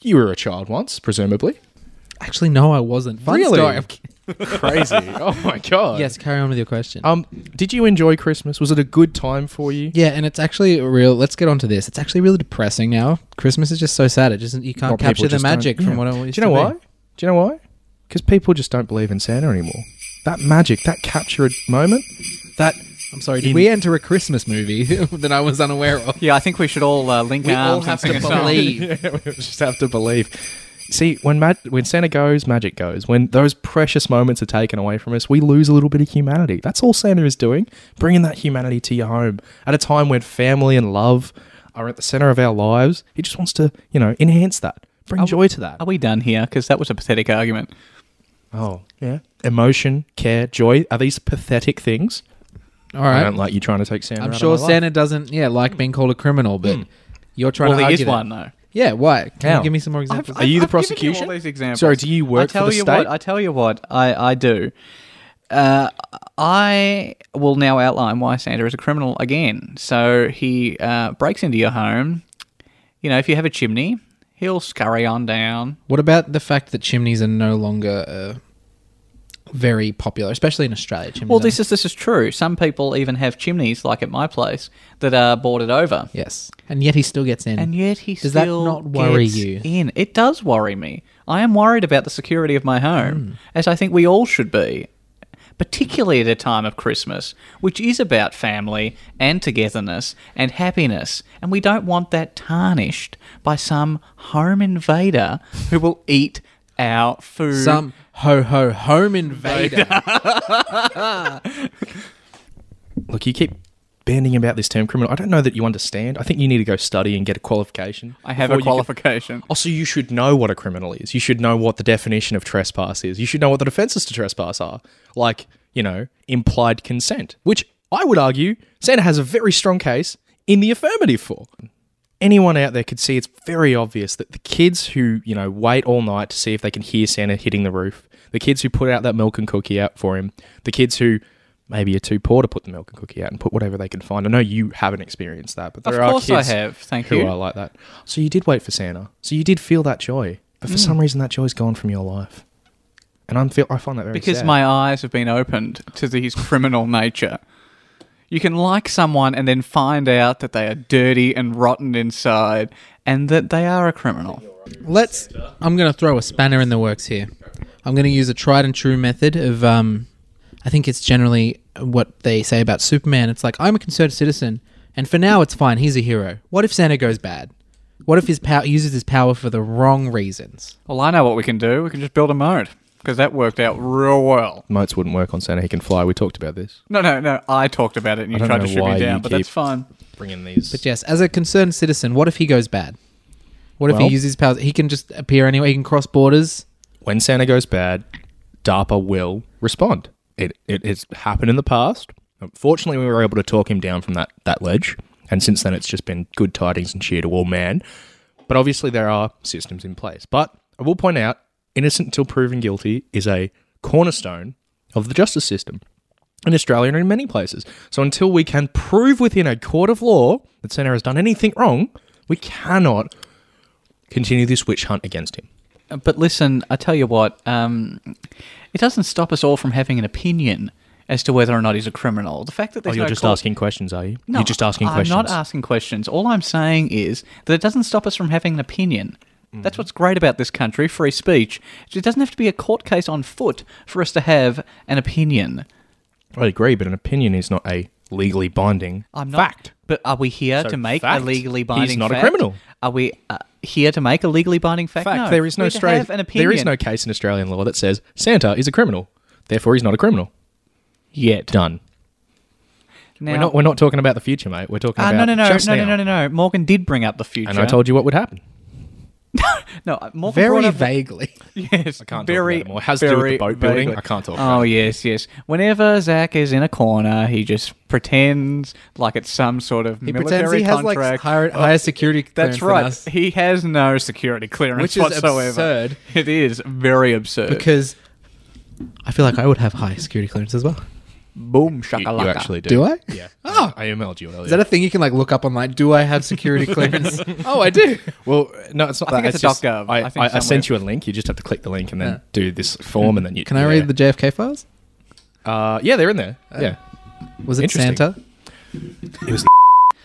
Speaker 3: You were a child once, presumably.
Speaker 1: Oh, Actually, no, I wasn't. Fun
Speaker 3: Really?
Speaker 1: story. I'm kid-
Speaker 3: Crazy. oh my god.
Speaker 1: Yes, carry on with your question.
Speaker 3: Um, did you enjoy Christmas? Was it a good time for you?
Speaker 1: yeah, and it's actually a real. Let's get on to this. It's actually really depressing now. Christmas is just so sad. It just you can't
Speaker 3: Or people
Speaker 1: capture the
Speaker 3: just don't-
Speaker 1: magic
Speaker 3: yeah.
Speaker 1: from what I used
Speaker 3: Do you know
Speaker 1: to
Speaker 3: why?
Speaker 1: be.
Speaker 3: Do you know why? Because people just don't believe in Santa anymore. That magic, that captured moment, that
Speaker 1: I'm sorry. Did we enter a Christmas movie that I was unaware of?
Speaker 2: yeah, I think we should all uh, link
Speaker 1: We
Speaker 2: arms
Speaker 1: all
Speaker 2: and
Speaker 1: have
Speaker 2: sing
Speaker 1: to
Speaker 2: a song.
Speaker 1: believe.
Speaker 3: Yeah, we just have to believe. See, when mag- when Santa goes, magic goes. When those precious moments are taken away from us, we lose a little bit of humanity. That's all Santa is doing, bringing that humanity to your home at a time when family and love are at the center of our lives. He just wants to, you know, enhance that,
Speaker 1: Oh.
Speaker 3: bring joy to that.
Speaker 2: Are we done here? Because that was a pathetic argument.
Speaker 3: Oh, yeah. Emotion, care, joy are these pathetic things?
Speaker 1: All right.
Speaker 3: I don't like you trying to take Santa.
Speaker 1: I'm
Speaker 3: out of
Speaker 1: sure
Speaker 3: my life.
Speaker 1: Santa doesn't, yeah, like being called a criminal, but you're trying
Speaker 2: Hmm. well,
Speaker 1: to
Speaker 2: there
Speaker 1: argue
Speaker 2: is
Speaker 1: that.
Speaker 2: one though.
Speaker 1: Yeah, why? Can
Speaker 3: How?
Speaker 1: you give me some more examples?
Speaker 3: I've- Are you the
Speaker 2: I've given
Speaker 3: prosecution?
Speaker 2: all these examples.
Speaker 3: Sorry, do you work for
Speaker 2: I tell
Speaker 3: the
Speaker 2: you
Speaker 3: state?
Speaker 2: What, I tell you what, I, I do. Uh, I will now outline why Santa is a criminal again. So he uh, breaks into your home. You know, if you have a chimney, he'll scurry on down.
Speaker 1: what about the fact that chimneys are no longer uh, very popular, especially in Australia? Chimneys
Speaker 2: Well,
Speaker 1: are-
Speaker 2: this is this is true. Some people even have chimneys, like at my place, that are boarded over.
Speaker 1: yes, and yet he still gets in.
Speaker 2: And yet he
Speaker 1: Does that
Speaker 2: still
Speaker 1: not worry
Speaker 2: gets
Speaker 1: you?
Speaker 2: In it does worry me. I am worried about the security of my
Speaker 1: Hmm.
Speaker 2: home, as I think we all should be, particularly at a time of Christmas, which is about family and togetherness and happiness, and we don't want that tarnished by some home invader who will eat our food.
Speaker 1: Some ho ho home invader.
Speaker 3: Look, you keep banding about this term criminal. I don't know that you understand. I think you need to go study and get a qualification.
Speaker 2: I have
Speaker 3: before
Speaker 2: a
Speaker 3: you can-
Speaker 2: qualification.
Speaker 3: Oh, so you should know what a criminal is. You should know what the definition of trespass is. You should know what the defenses to trespass are. Like, you know, implied consent, which I would argue Santa has a very strong case in the affirmative for. Anyone out there could see it's very obvious that the kids who, you know, wait all night to see if they can hear Santa hitting the roof, the kids who put out that milk and cookie out for him, the kids who maybe are too poor to put the milk and cookie out and put whatever they can find. I know you haven't experienced that, but there
Speaker 2: Of
Speaker 3: are
Speaker 2: course I
Speaker 3: kids
Speaker 2: have, thank
Speaker 3: who
Speaker 2: you.
Speaker 3: are like that. So you did wait for Santa. So you did feel that joy, but
Speaker 2: Mm.
Speaker 3: for some reason that joy's gone from your life, and I'm feel I find that very
Speaker 2: because
Speaker 3: sad.
Speaker 2: my eyes have been opened to the- his criminal nature. You can like someone and then find out that they are dirty and rotten inside and that they are a criminal.
Speaker 1: Let's. I'm going to throw a spanner in the works here. I'm going to use a tried and true method of. Um, I think it's generally what they say about Superman. It's like I'm a concerned citizen, and for now it's fine. He's a hero. What if Santa goes bad? What if his power uses his power for the wrong reasons?
Speaker 2: Well, I know what we can do. We can just build a moat because that worked out real well.
Speaker 3: moats wouldn't work on Santa. He can fly. We talked about this.
Speaker 2: No, no, no. I talked about it and you
Speaker 3: don't
Speaker 2: tried
Speaker 3: know
Speaker 2: to shoot
Speaker 3: why
Speaker 2: me down,
Speaker 3: you
Speaker 2: but
Speaker 3: keep-
Speaker 2: that's fine.
Speaker 3: Bring in these.
Speaker 1: But yes, as a concerned citizen, what if he goes bad? What if
Speaker 3: Well-
Speaker 1: he uses his powers? He can just appear anywhere. He can cross borders.
Speaker 3: when Santa goes bad, DARPA will respond. It, it it's happened in the past. Um, Fortunately, we were able to talk him down from that, that ledge, and since then, it's just been good tidings and cheer to all man. But obviously, there are systems in place. But I will point out, innocent until proven guilty is a cornerstone of the justice system in Australia and in many places. So until we can prove within a court of law that Santa has done anything wrong, we cannot continue this witch hunt against him.
Speaker 2: But listen, I tell you what, um, it doesn't stop us all from having an opinion as to whether or not he's a criminal. The fact that
Speaker 3: Oh,
Speaker 2: there's
Speaker 3: you're
Speaker 2: no
Speaker 3: just
Speaker 2: court-
Speaker 3: asking questions, are you?
Speaker 2: No,
Speaker 3: you're just asking
Speaker 2: I'm
Speaker 3: questions.
Speaker 2: not asking questions. All I'm saying is that it doesn't stop us from having an opinion. That's what's great about this country, free speech. It doesn't have to be a court case on foot for us to have an opinion.
Speaker 3: I agree, but an opinion is not a legally binding
Speaker 2: I'm not,
Speaker 3: fact.
Speaker 2: But are we here
Speaker 3: So
Speaker 2: to make
Speaker 3: fact,
Speaker 2: a legally
Speaker 3: he's
Speaker 2: binding
Speaker 3: not a
Speaker 2: fact?
Speaker 3: criminal.
Speaker 2: Are we uh, here to make a legally binding fact?
Speaker 3: fact,
Speaker 2: no.
Speaker 3: there is no
Speaker 2: We're to
Speaker 3: stra-
Speaker 2: have an opinion.
Speaker 3: there is no case in Australian law that says Santa is a criminal, therefore he's not a criminal.
Speaker 2: yet.
Speaker 3: Done.
Speaker 2: Now,
Speaker 3: we're not we're not talking about the future, mate. We're talking
Speaker 2: uh,
Speaker 3: about
Speaker 2: no, no, no,
Speaker 3: just
Speaker 2: no,
Speaker 3: now.
Speaker 2: no, no, no, no. Morgan did bring up the future.
Speaker 3: And I told you what would happen.
Speaker 2: no, uh, Morgan brought
Speaker 1: Very
Speaker 2: up the-
Speaker 1: vaguely.
Speaker 2: Yes, I
Speaker 3: can't talk
Speaker 2: very,
Speaker 3: about it more. It has to do with the
Speaker 2: very
Speaker 3: boat building.
Speaker 2: vaguely.
Speaker 3: I can't talk
Speaker 2: Oh
Speaker 3: about it.
Speaker 2: yes, yes. Whenever Zach is in a corner, he just pretends like it's some sort of
Speaker 1: He pretends
Speaker 2: military
Speaker 1: he has like
Speaker 2: contract.
Speaker 1: higher, higher security. clearance
Speaker 2: That's
Speaker 1: than
Speaker 2: right.
Speaker 1: us.
Speaker 2: He has no security clearance
Speaker 1: Which is
Speaker 2: whatsoever.
Speaker 1: absurd.
Speaker 2: It is very absurd.
Speaker 1: because I feel like I would have high security clearance as well.
Speaker 2: boom
Speaker 3: You,
Speaker 2: shakalaka.
Speaker 3: you actually do.
Speaker 1: Do I?
Speaker 3: Yeah.
Speaker 2: Ah.
Speaker 1: Oh.
Speaker 3: I emailed you earlier.
Speaker 1: Is that a thing you can like look up online? Do I have security clearance? oh, I do.
Speaker 3: well, no, it's not
Speaker 2: I
Speaker 3: that.
Speaker 2: think it's a
Speaker 3: just-
Speaker 2: .gov.
Speaker 3: I,
Speaker 2: I think
Speaker 3: I, I sent you a
Speaker 2: somewhere.
Speaker 3: link. You just have to click the link and then
Speaker 1: Yeah.
Speaker 3: do this form, and then you
Speaker 1: Can I
Speaker 3: yeah.
Speaker 1: read the JFK files?
Speaker 3: Uh, yeah, they're in there. yeah.
Speaker 1: Was it
Speaker 3: Interesting.
Speaker 1: Santa?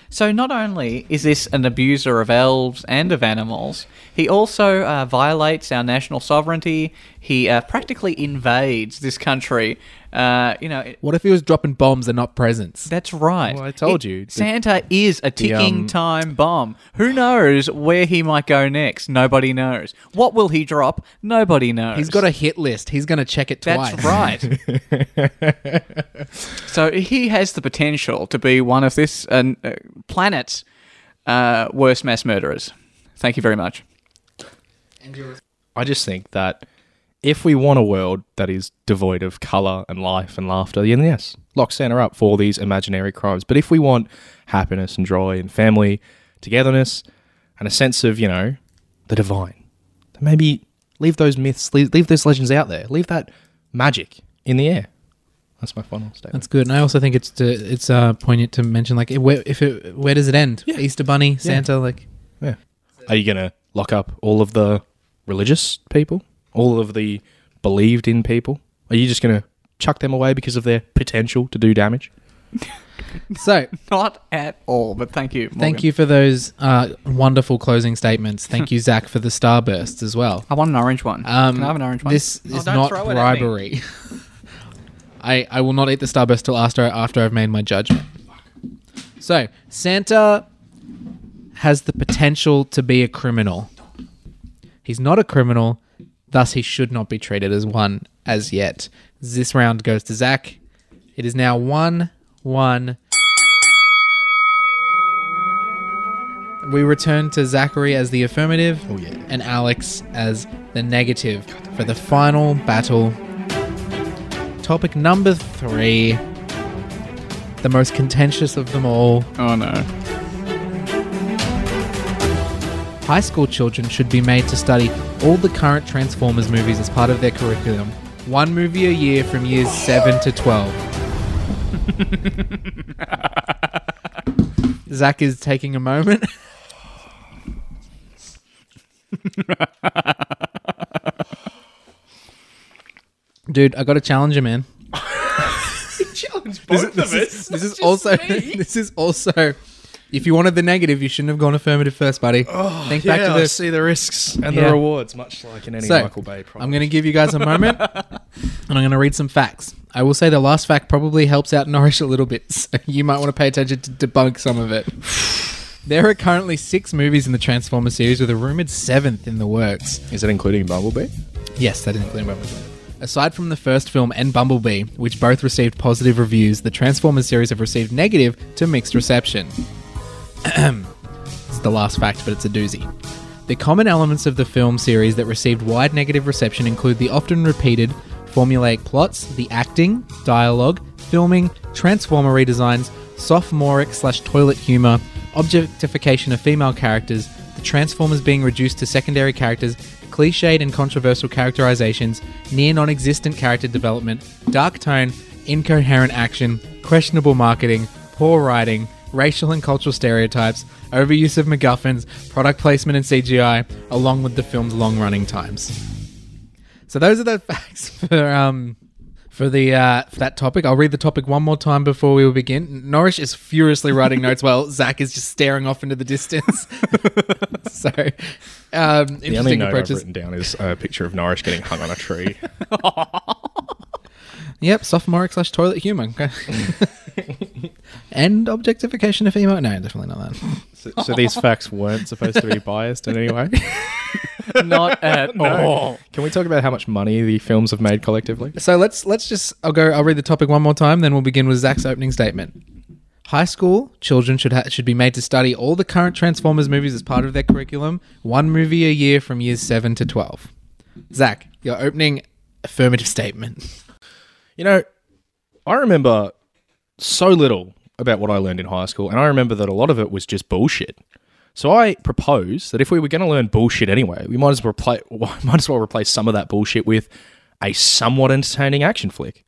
Speaker 2: So not only is this an abuser of elves and of animals, he also uh, violates our national sovereignty. He uh, practically invades this country. Uh, you know, it-
Speaker 1: What if he was dropping bombs and not presents?
Speaker 2: That's right.
Speaker 3: Well, I told you, the-
Speaker 2: Santa is a ticking
Speaker 3: um,
Speaker 2: time bomb. Who knows where he might go next? Nobody knows. What will he drop? Nobody knows.
Speaker 1: He's got a hit list. He's going to check it twice.
Speaker 2: That's right. so he has the potential to be one of this uh, uh, planet's uh, worst mass murderers. Thank you very much.
Speaker 3: I just think that if we want a world that is devoid of color and life and laughter, then yes, lock Santa up for these imaginary crimes. But if we want happiness and joy and family, togetherness, and a sense of, you know, the divine, then maybe leave those myths, leave, leave those legends out there. Leave that magic in the air. That's my final statement.
Speaker 1: That's good, and I also think it's to, it's uh, poignant to mention like where if it where does it end?
Speaker 3: Yeah.
Speaker 1: Easter Bunny, Santa, like
Speaker 3: Yeah. Are you going to lock up all of the religious people? All of the believed in people? Are you just going to chuck them away because of their potential to do damage?
Speaker 1: so.
Speaker 2: Not at all, but thank you.
Speaker 1: Thank you for those uh, wonderful closing statements. Thank you, Zach, for the starbursts as well.
Speaker 2: I want an orange one.
Speaker 1: Um,
Speaker 2: Can I have an orange one?
Speaker 1: This
Speaker 2: Oh,
Speaker 1: is
Speaker 2: don't
Speaker 1: not
Speaker 2: throw it at me.
Speaker 1: bribery. I, I will not eat the starburst till after after I've made my judgment. So Santa has the potential to be a criminal. He's not a criminal, thus he should not be treated as one as yet. This round goes to Zach. It is now one one. We return to Zachary as the affirmative and Alex as the negative for the final battle. Topic number three, the most contentious of them all.
Speaker 2: Oh no.
Speaker 1: High school children should be made to study all the current Transformers movies as part of their curriculum. One movie a year from years 7 to 12. Zach is taking a moment. Dude, I got to challenge you, man.
Speaker 3: Both of us?
Speaker 1: This is also this is also if you wanted the negative, you shouldn't have gone affirmative first, buddy. Think back to this.
Speaker 3: Oh, see the risks and
Speaker 1: Yeah.
Speaker 3: the rewards, much like in any
Speaker 1: So,
Speaker 3: Michael Bay
Speaker 1: I'm
Speaker 3: product.
Speaker 1: going to give you guys a moment and I'm going to read some facts. I will say the last fact probably helps out Norwich a little bit, so you might want to pay attention to debunk some of it. There are currently six movies in the Transformers series with a rumored seventh in the works.
Speaker 3: Is that including Bumblebee?
Speaker 1: Yes, that didn't include Bumblebee. Aside from the first film and Bumblebee, which both received positive reviews, the Transformers series have received negative to mixed reception. it's the last fact, but it's a doozy. The common elements of the film series that received wide negative reception include the often repeated formulaic plots, the acting, dialogue, filming, transformer redesigns, sophomoric slash toilet humor, objectification of female characters, the Transformers being reduced to secondary characters, cliched and controversial characterizations, near non existent character development, dark tone, incoherent action, questionable marketing, poor writing, racial and cultural stereotypes, overuse of MacGuffins, product placement and CGI, along with the film's long running times. So those are the facts for um for the uh, for that topic. I'll read the topic one more time before we begin. Norrish is furiously writing notes while Zach is just staring off into the distance. so um,
Speaker 3: The only
Speaker 1: interesting
Speaker 3: note I've
Speaker 1: approaches.
Speaker 3: written down is a picture of Norris getting hung on a tree.
Speaker 1: Yep, sophomoric slash toilet humor. Okay. and objectification of female. No, definitely not that.
Speaker 3: so, so these facts weren't supposed to be biased in any way.
Speaker 2: Not at all.
Speaker 3: Can we talk about how much money the films have made collectively?
Speaker 1: So let's let's just I'll go I'll read the topic one more time then we'll begin with Zach's opening statement. High school children should ha- should be made to study all the current Transformers movies as part of their curriculum, one movie a year from years 7 to 12. Zach, your opening affirmative statement.
Speaker 3: You know, I remember so little about what I learned in high school, and I remember that a lot of it was just bullshit. So I propose that if we were going to learn bullshit anyway, we might as well repla- might as well replace some of that bullshit with a somewhat entertaining action flick.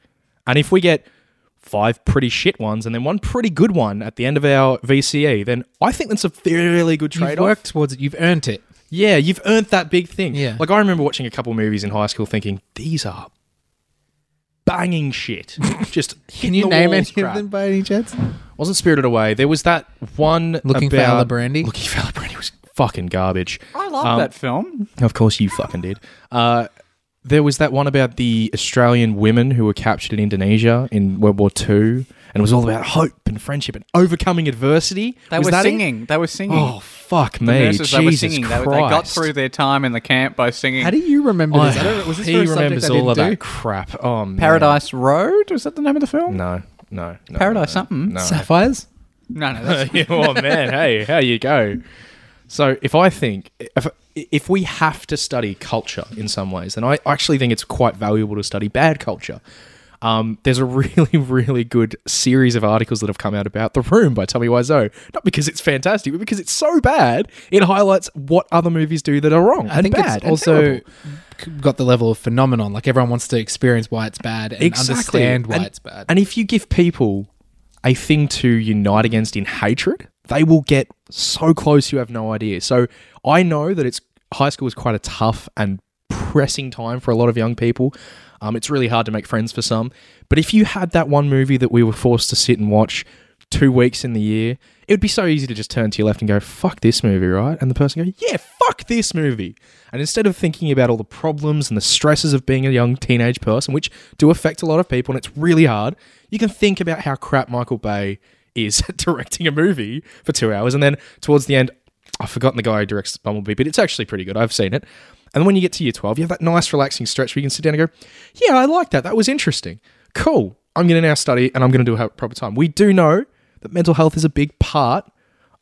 Speaker 3: And if we get five pretty shit ones and then one pretty good one at the end of our VCE, then I think that's a fairly good
Speaker 1: You've
Speaker 3: trade off.
Speaker 1: worked towards it, you've earned it.
Speaker 3: Yeah, you've earned that big thing.
Speaker 1: Yeah.
Speaker 3: Like I remember watching a couple movies in high school thinking, these are banging shit. Just
Speaker 1: Can you
Speaker 3: the
Speaker 1: name any
Speaker 3: walls crap.
Speaker 1: of them by any chance?
Speaker 3: Wasn't Spirited Away. There was that one
Speaker 1: Looking for
Speaker 3: about-
Speaker 1: Alibrandi?
Speaker 3: Looking for Alibrandi was fucking garbage.
Speaker 2: I love
Speaker 3: Um,
Speaker 2: that film.
Speaker 3: Of course you fucking did. Uh there was that one about the Australian women who were captured in Indonesia in World War II, and it was all about hope and friendship and overcoming adversity.
Speaker 2: They
Speaker 3: was
Speaker 2: were
Speaker 3: that it?
Speaker 2: singing. They were singing.
Speaker 3: Oh fuck me!
Speaker 2: Nurses,
Speaker 3: Jesus
Speaker 2: they were singing. They,
Speaker 3: Christ!
Speaker 2: they got through their time in the camp by singing.
Speaker 1: How do you remember this? I don't, was this
Speaker 3: he
Speaker 1: for a subject
Speaker 3: remembers
Speaker 1: I
Speaker 3: all of
Speaker 1: didn't
Speaker 3: that crap. Oh, man.
Speaker 2: Paradise Road? Was that the name of the film?
Speaker 3: No, no, no
Speaker 2: Paradise
Speaker 3: no,
Speaker 2: something.
Speaker 1: do?
Speaker 3: No.
Speaker 1: Sapphires?
Speaker 2: No, no. That's,
Speaker 3: Yeah, oh man, hey, how you go? So if I think if if we have to study culture in some ways, then I actually think it's quite valuable to study bad culture. Um, there's a really, really good series of articles that have come out about The Room by Tommy Wiseau. Not because it's fantastic, but because it's so bad, it highlights what other movies do that are wrong.
Speaker 1: I think
Speaker 3: bad
Speaker 1: it's
Speaker 3: and
Speaker 1: also
Speaker 3: terrible.
Speaker 1: c- got the level of phenomenon. Like everyone wants to experience why it's bad and understand why
Speaker 3: and,
Speaker 1: it's bad.
Speaker 3: And if you give people a thing to unite against in hatred, they will get so close you have no idea. So I know that it's high school is quite a tough and pressing time for a lot of young people. Um, it's really hard to make friends for some. But if you had that one movie that we were forced to sit and watch two weeks in the year, it would be so easy to just turn to your left and go, fuck this movie, right? And the person go, yeah, fuck this movie. And instead of thinking about all the problems and the stresses of being a young teenage person, which do affect a lot of people and it's really hard, you can think about how crap Michael Bay is at directing a movie for two hours. And then towards the end, I've forgotten the guy who directs Bumblebee, but it's actually pretty good. I've seen it. And when you get to year 12, you have that nice, relaxing stretch where you can sit down and go, yeah, I like that. That was interesting. Cool. I'm going to now study and I'm going to do it at a proper time. We do know that mental health is a big part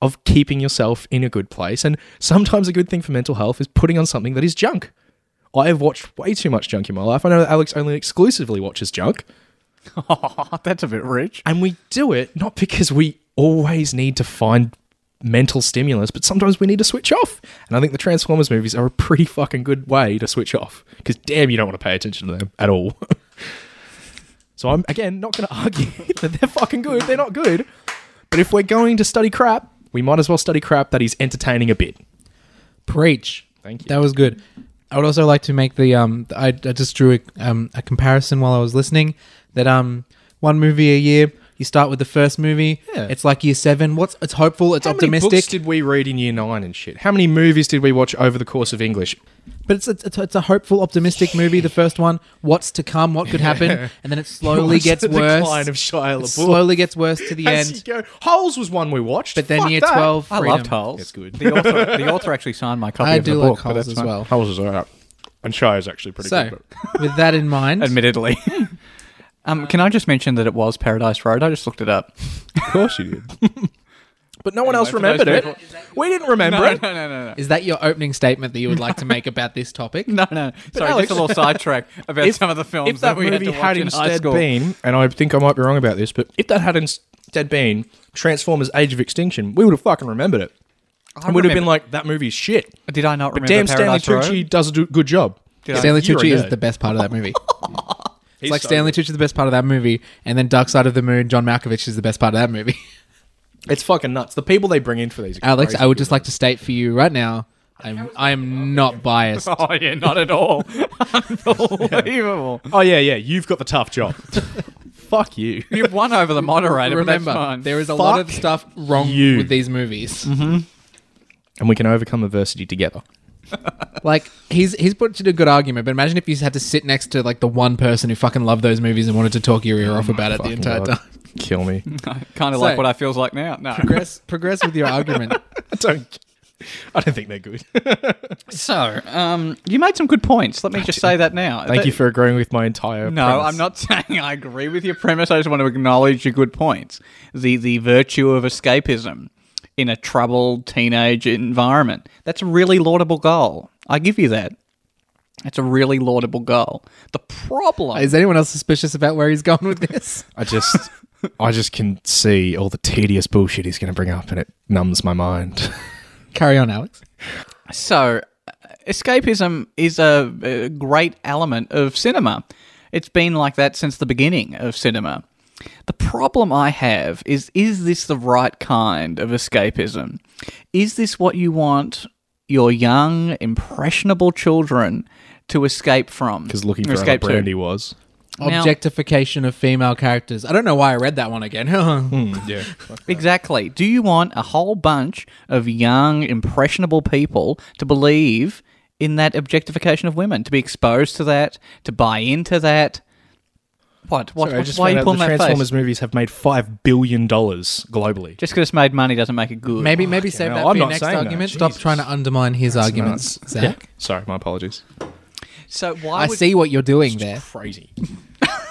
Speaker 3: of keeping yourself in a good place. And sometimes a good thing for mental health is putting on something that is junk. I have watched way too much junk in my life. I know that Alex only exclusively watches junk.
Speaker 2: that's a bit rich.
Speaker 3: And we do it not because we always need to find mental stimulus, but sometimes we need to switch off. And I think the Transformers movies are a pretty fucking good way to switch off because damn, you don't want to pay attention to them at all. so I'm, again, not going to argue that they're fucking good. They're not good. But if we're going to study crap, we might as well study crap that is entertaining a bit.
Speaker 1: Preach.
Speaker 3: Thank you.
Speaker 1: That was good. I would also like to make the um. I, I just drew a, um, a comparison while I was listening. That um, one movie a year. You start with the first movie.
Speaker 3: Yeah.
Speaker 1: It's like year seven. What's it's hopeful. It's
Speaker 3: How
Speaker 1: optimistic.
Speaker 3: many books did we read in year nine and shit? How many movies did we watch over the course of English?
Speaker 1: But it's, it's it's a hopeful, optimistic movie. The first one, what's to come, what could happen, and then it slowly
Speaker 3: Watch
Speaker 1: gets
Speaker 3: the
Speaker 1: worse.
Speaker 3: Decline of Shia
Speaker 1: It
Speaker 3: LaBeouf.
Speaker 1: slowly gets worse to the
Speaker 3: As
Speaker 1: end.
Speaker 3: you go- Holes was one we watched.
Speaker 1: But then
Speaker 3: Fuck
Speaker 1: year
Speaker 3: that.
Speaker 1: twelve, freedom.
Speaker 2: I loved Holes.
Speaker 3: It's good.
Speaker 2: The author, the author actually signed my copy
Speaker 1: I
Speaker 2: of the
Speaker 1: do like
Speaker 2: book. but
Speaker 1: Holes
Speaker 2: that's
Speaker 1: as
Speaker 2: fine.
Speaker 1: well.
Speaker 3: Holes is alright. And Shire's actually pretty
Speaker 1: So,
Speaker 3: good.
Speaker 1: with that in mind,
Speaker 2: Admittedly. um, can I just mention that it was Paradise Road? I just looked it up.
Speaker 3: Of course you did. but no one
Speaker 2: Anyway,
Speaker 3: else
Speaker 2: for
Speaker 3: remembered
Speaker 2: those
Speaker 3: it. We didn't remember it.
Speaker 2: no, no, no.
Speaker 1: is that your opening statement that you would like to make about this topic?
Speaker 2: No, no. Sorry,
Speaker 3: Alex-
Speaker 2: just a little sidetrack about
Speaker 3: If-
Speaker 2: some of the films
Speaker 3: if that,
Speaker 2: we had,
Speaker 3: movie
Speaker 2: to
Speaker 3: had,
Speaker 2: watch in high
Speaker 3: instead
Speaker 2: school.
Speaker 3: been, and I think I might be wrong about this, but if that had instead been Transformers: Age of Extinction, we would have fucking remembered it.
Speaker 2: I
Speaker 3: And would have been
Speaker 2: remember-
Speaker 3: like, that movie's shit.
Speaker 2: did I not
Speaker 3: But
Speaker 2: remember
Speaker 3: damn, Stanley
Speaker 2: Paradise
Speaker 3: Tucci
Speaker 2: Road?
Speaker 3: does a do- good job.
Speaker 2: Did I-
Speaker 1: Stanley
Speaker 3: You're a
Speaker 1: Tucci is
Speaker 3: nerd.
Speaker 1: the best part of that movie.
Speaker 3: He's
Speaker 1: It's like
Speaker 3: so
Speaker 1: Stanley Tucci is the best part of that movie, and then Dark Side of the Moon, John Malkovich is the best part of that movie.
Speaker 3: good. It's fucking nuts. The people they bring in for these. are
Speaker 1: Alex,
Speaker 3: crazy
Speaker 1: I would
Speaker 3: people.
Speaker 1: just like to state for you right now, I'm I am not biased.
Speaker 2: Oh yeah, not at all. Unbelievable.
Speaker 3: Oh yeah, yeah. You've got the tough job. Fuck you.
Speaker 2: You've won over the moderator. but that's
Speaker 1: Remember,
Speaker 2: fine. Mhm.
Speaker 1: there is a lot of
Speaker 3: Fuck
Speaker 1: stuff wrong
Speaker 3: you.
Speaker 1: with these movies.
Speaker 3: And we can overcome adversity together.
Speaker 1: Like he's he's put in a good argument, but imagine if you had to sit next to like the one person who fucking loved those movies and wanted to talk your ear
Speaker 2: Mm,
Speaker 1: off about it the entire time.
Speaker 3: Kill me.
Speaker 2: kind of like
Speaker 1: So-
Speaker 2: what I feels like now. No.
Speaker 1: Progress progress with your argument.
Speaker 3: I don't. I don't think they're good.
Speaker 2: So, um, you made some good points. Let me just say that now.
Speaker 3: Thank
Speaker 2: That-
Speaker 3: you for agreeing with my entire.
Speaker 2: No,
Speaker 3: premise.
Speaker 2: I'm not saying I agree with your premise. I just want to acknowledge your good points. The the virtue of escapism in a troubled teenage environment. That's a really laudable goal. I give you that. That's a really laudable goal. The problem
Speaker 1: Is anyone else suspicious about where he's going with this?
Speaker 3: I just. I just can see all the tedious bullshit he's going to bring up, and it numbs my mind.
Speaker 1: Carry on, Alex.
Speaker 2: So, uh, escapism is a, a great element of cinema. It's been like that since the beginning of cinema. The problem I have is is this the right kind of escapism? Is this what you want your young, impressionable children to escape from?
Speaker 3: Because looking
Speaker 2: Or
Speaker 3: for
Speaker 2: escape
Speaker 3: other
Speaker 2: to?
Speaker 3: brandy was.
Speaker 2: Now-
Speaker 1: Objectification of female characters. I don't know why I read that one again.
Speaker 3: Yeah.
Speaker 2: Exactly. Do you want a whole bunch of young, impressionable people to believe in that objectification of women, to be exposed to that, to buy into that? What? What?
Speaker 3: Sorry, I
Speaker 2: what-
Speaker 3: just
Speaker 2: why
Speaker 3: found
Speaker 2: are you
Speaker 3: out the
Speaker 2: pulling that
Speaker 3: Transformers
Speaker 2: face?
Speaker 3: movies have made five billion dollars globally.
Speaker 2: Just because it's made money doesn't make it good.
Speaker 1: Maybe maybe save
Speaker 3: hell,
Speaker 1: that
Speaker 3: I'm
Speaker 1: for your
Speaker 3: not
Speaker 1: next
Speaker 3: saying that.
Speaker 1: argument. Stop
Speaker 3: Jesus.
Speaker 1: trying to undermine his arguments,
Speaker 3: nuts.
Speaker 1: Zach.
Speaker 3: Sorry, my apologies.
Speaker 2: So why?
Speaker 1: I
Speaker 2: would-
Speaker 1: see what you're doing there.
Speaker 3: Crazy.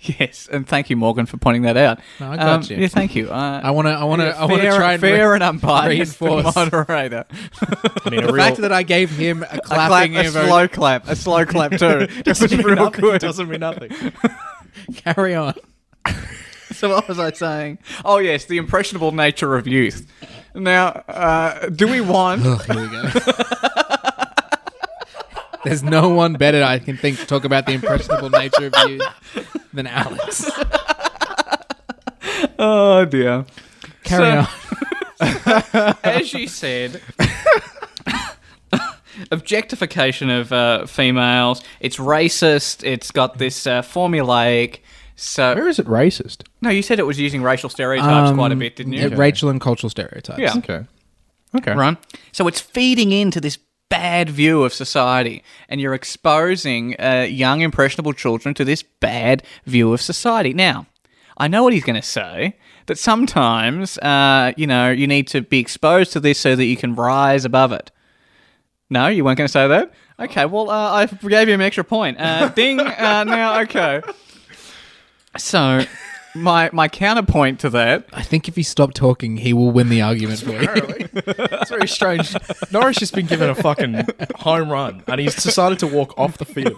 Speaker 2: Yes, and thank you, Morgan, for pointing that out.
Speaker 1: No, I got you.
Speaker 2: Yeah, thank you. Uh,
Speaker 1: I want to. I want to. I want to
Speaker 2: fair-
Speaker 1: try and
Speaker 2: fair
Speaker 1: re-
Speaker 2: and unbiased
Speaker 1: reinforce.
Speaker 2: moderator.
Speaker 3: I mean, a
Speaker 1: the
Speaker 3: real,
Speaker 1: fact that I gave him a
Speaker 2: A, clap,
Speaker 1: clapping
Speaker 2: a
Speaker 1: of a-
Speaker 2: slow clap, a slow clap too. Just
Speaker 3: doesn't mean
Speaker 2: real
Speaker 3: nothing.
Speaker 2: good.
Speaker 3: doesn't mean nothing.
Speaker 1: Carry on.
Speaker 2: So what was I saying? Oh yes, the impressionable nature of youth. Now, uh, do we want?
Speaker 1: Ugh, here we go. There's no one better I can think to talk about the impressionable nature of you than Alex.
Speaker 2: oh dear.
Speaker 1: Carry
Speaker 2: So-
Speaker 1: on.
Speaker 2: As you said, objectification of uh, females. It's racist. It's got this uh, formulaic. So
Speaker 3: Where is it racist?
Speaker 2: no, you said it was using racial stereotypes
Speaker 1: Um,
Speaker 2: quite a bit, didn't you?
Speaker 1: yeah, Rachel and cultural stereotypes.
Speaker 2: Yeah.
Speaker 3: Okay. Okay.
Speaker 2: Right. So it's feeding into this bad view of society, and you're exposing uh, young, impressionable children to this bad view of society. Now, I know what he's going to say that sometimes, uh, you know, you need to be exposed to this so that you can rise above it. No, you weren't going to say that? Okay, well, uh, I gave you an extra point. Uh, ding. Uh, now, okay. So, my, my counterpoint to that
Speaker 1: I think if you stop talking, he will win the argument for you.
Speaker 3: It's very strange. Norwich has been given a fucking home run, and he's decided to walk off the field.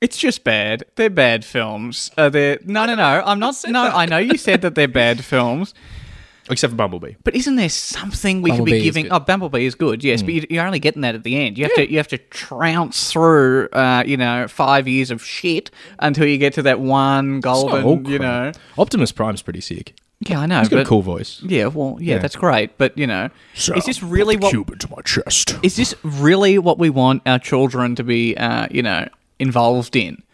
Speaker 2: It's just bad. They're bad films. Uh, they're no, no, no. I'm not. No, I know you said that they're bad films,
Speaker 3: Except for Bumblebee.
Speaker 2: but isn't there something we could
Speaker 1: Bumblebee
Speaker 2: be
Speaker 1: is
Speaker 2: giving?
Speaker 1: good. Hmm.
Speaker 2: Oh, Bumblebee is good, yes, but you, you're only getting that at the end. You have to you have to trounce through, uh, you know, five years of shit until you get to that one golden, you know.
Speaker 3: Optimus Prime's pretty sick.
Speaker 2: Yeah, I know.
Speaker 3: He's got
Speaker 2: but,
Speaker 3: a cool voice.
Speaker 2: Yeah, well, yeah,
Speaker 3: Yeah.
Speaker 2: that's great, but you know, is this really what?
Speaker 3: cube into my chest?
Speaker 2: Is this really what we want our children to be, uh, you know, involved in?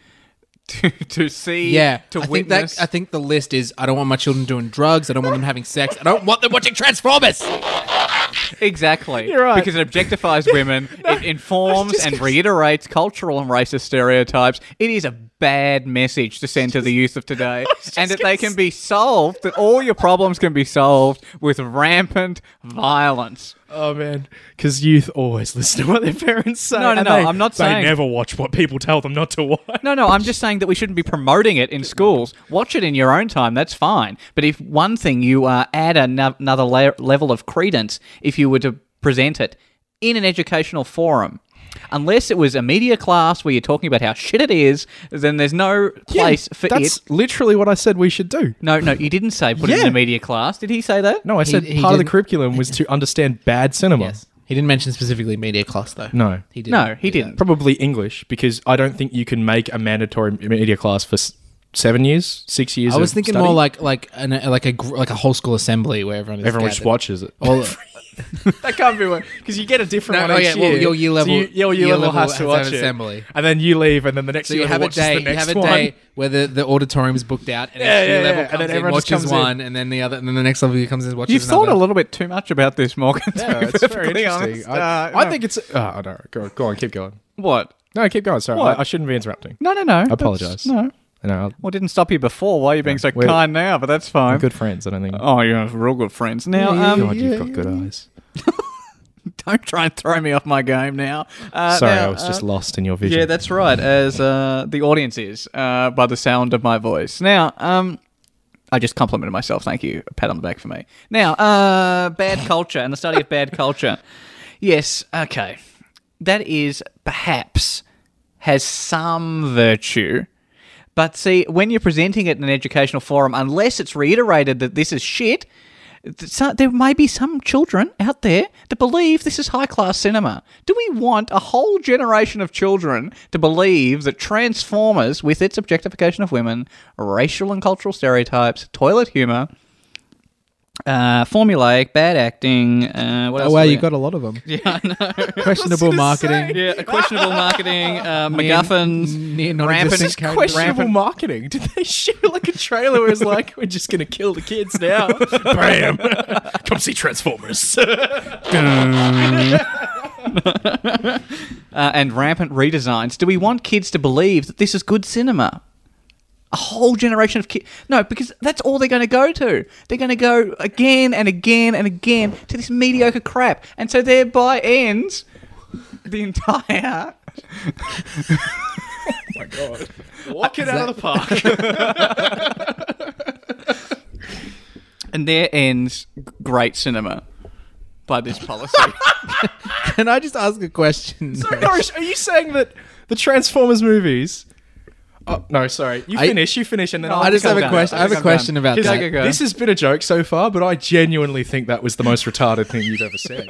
Speaker 2: To, to see,
Speaker 1: yeah.
Speaker 2: to
Speaker 1: I think
Speaker 2: witness.
Speaker 1: that I think the list is I don't want my children doing drugs, I don't want them having sex, I don't want them watching Transformers.
Speaker 2: Exactly.
Speaker 3: You're right.
Speaker 2: Because it objectifies women, it informs and reiterates cultural and racist stereotypes. It is a bad message to send to the youth of today. And that they can be solved, that all your problems can be solved with rampant violence.
Speaker 3: Oh man, because youth always listen to what their parents say.
Speaker 2: No, no,
Speaker 3: and
Speaker 2: no,
Speaker 3: they-
Speaker 2: I'm not
Speaker 3: they
Speaker 2: saying-
Speaker 3: never watch what people tell them not to watch.
Speaker 2: No, no, I'm just saying that we shouldn't be promoting it in schools. Watch it in your own time, that's fine. But if one thing you uh, add ano- another la- level of credence if you were to present it in an educational forum, unless it was a media class where you're talking about how shit it is, then there's no place for
Speaker 3: That's
Speaker 2: it.
Speaker 3: literally what I said we should do.
Speaker 2: No, no, you didn't say put it in
Speaker 3: Yeah.
Speaker 2: a media class. Did he say that?
Speaker 3: No, I
Speaker 1: He-
Speaker 3: said
Speaker 1: he
Speaker 3: part of the
Speaker 1: didn't-
Speaker 3: curriculum was to understand bad cinema.
Speaker 1: Yes. He didn't mention specifically media class though.
Speaker 3: No.
Speaker 1: He didn't.
Speaker 2: No, he
Speaker 1: do that.
Speaker 2: didn't.
Speaker 3: Probably English because I don't think you can make a mandatory media class for s- seven years, six years.
Speaker 1: I was
Speaker 3: of
Speaker 1: thinking
Speaker 3: study.
Speaker 1: more like like an, like a gr- like a whole school assembly where everyone is
Speaker 3: everyone just
Speaker 1: gathered.
Speaker 3: watches it.
Speaker 1: All-
Speaker 3: that can't be one because you get a different
Speaker 1: No,
Speaker 3: one
Speaker 1: oh,
Speaker 3: each
Speaker 1: yeah, well,
Speaker 3: year.
Speaker 1: your year
Speaker 3: So
Speaker 1: level-
Speaker 3: you- your year,
Speaker 1: year
Speaker 3: level
Speaker 1: level
Speaker 3: has
Speaker 1: has
Speaker 3: to
Speaker 1: to
Speaker 3: watch
Speaker 1: have assembly.
Speaker 3: it, and then you leave, and then the next
Speaker 1: So
Speaker 3: year
Speaker 1: you have a
Speaker 3: watches
Speaker 1: day.
Speaker 3: the
Speaker 1: You
Speaker 3: next
Speaker 1: have a
Speaker 3: one.
Speaker 1: day where the, the auditorium's booked out, and
Speaker 3: Yeah,
Speaker 1: each year
Speaker 3: yeah,
Speaker 1: level
Speaker 3: yeah. And
Speaker 1: comes
Speaker 3: then
Speaker 1: in,
Speaker 3: everyone just
Speaker 1: watches
Speaker 3: comes in.
Speaker 1: one, and then the other, and then the next level comes in, watches
Speaker 2: You've
Speaker 1: another.
Speaker 2: thought a little bit too much about this, Morgan. to
Speaker 3: Yeah,
Speaker 2: be
Speaker 3: it's very
Speaker 2: perfectly
Speaker 3: interesting.
Speaker 2: honest.
Speaker 3: I,
Speaker 2: Uh,
Speaker 3: I
Speaker 2: no.
Speaker 3: think it's. Oh, no. Go, go on, keep going.
Speaker 2: What?
Speaker 3: No, keep going. Sorry,
Speaker 2: What?
Speaker 3: I, I shouldn't be interrupting.
Speaker 2: No, no, no.
Speaker 3: I apologise.
Speaker 2: No.
Speaker 3: No,
Speaker 2: Well, didn't stop you before. Why are you being so
Speaker 3: We're-
Speaker 2: kind now? But that's
Speaker 3: I'm
Speaker 2: fine.
Speaker 3: good friends. I don't think.
Speaker 2: Oh, you're real good friends. Now, um,
Speaker 3: God, you've got good eyes.
Speaker 2: don't try and throw me off my game now. Uh,
Speaker 3: Sorry,
Speaker 2: now,
Speaker 3: I was
Speaker 2: uh,
Speaker 3: just lost in your vision.
Speaker 2: Yeah, that's right. As uh, the audience is uh, by the sound of my voice. Now, um, I just complimented myself. Thank you. A pat on the back for me. Now, uh, bad culture and the study of bad culture. Yes. Okay. That is perhaps has some virtue. But see, when you're presenting it in an educational forum, unless it's reiterated that this is shit, th- so- there may be some children out there that believe this is high class cinema. Do we want a whole generation of children to believe that Transformers, with its objectification of women, racial and cultural stereotypes, toilet humor, uh, formulaic, bad acting, uh, what else?
Speaker 1: Oh wow,
Speaker 2: do we-
Speaker 1: you got a lot of them. Yeah, I know. Questionable marketing.
Speaker 2: yeah, questionable marketing, uh, MacGuffins,
Speaker 1: near
Speaker 2: rampant,
Speaker 1: non-existent character.
Speaker 2: questionable
Speaker 3: Questionable marketing. Did they show like a trailer where it's like, we're just going to kill the kids now? Bam! Come see Transformers.
Speaker 2: uh, and rampant redesigns. Do we want kids to believe that this is good cinema? A whole generation of kids. No, because that's all they're going to go to. They're going to go again and again and again to this mediocre crap. And so thereby ends the entire.
Speaker 3: Walk it out of the park.
Speaker 2: And there ends g- great cinema by this policy.
Speaker 1: Can I just ask a question?
Speaker 3: Sorry, Norris, are you saying that the Transformers movies? Oh no, sorry. You
Speaker 1: I-
Speaker 3: finish. You finish, and then I'll
Speaker 1: I just
Speaker 3: come
Speaker 1: have a
Speaker 3: down.
Speaker 1: question. I have a
Speaker 2: I'm
Speaker 1: question about
Speaker 3: Because
Speaker 1: that.
Speaker 2: go.
Speaker 3: This has been a joke so far, but I genuinely think that was the most retarded thing you've ever said.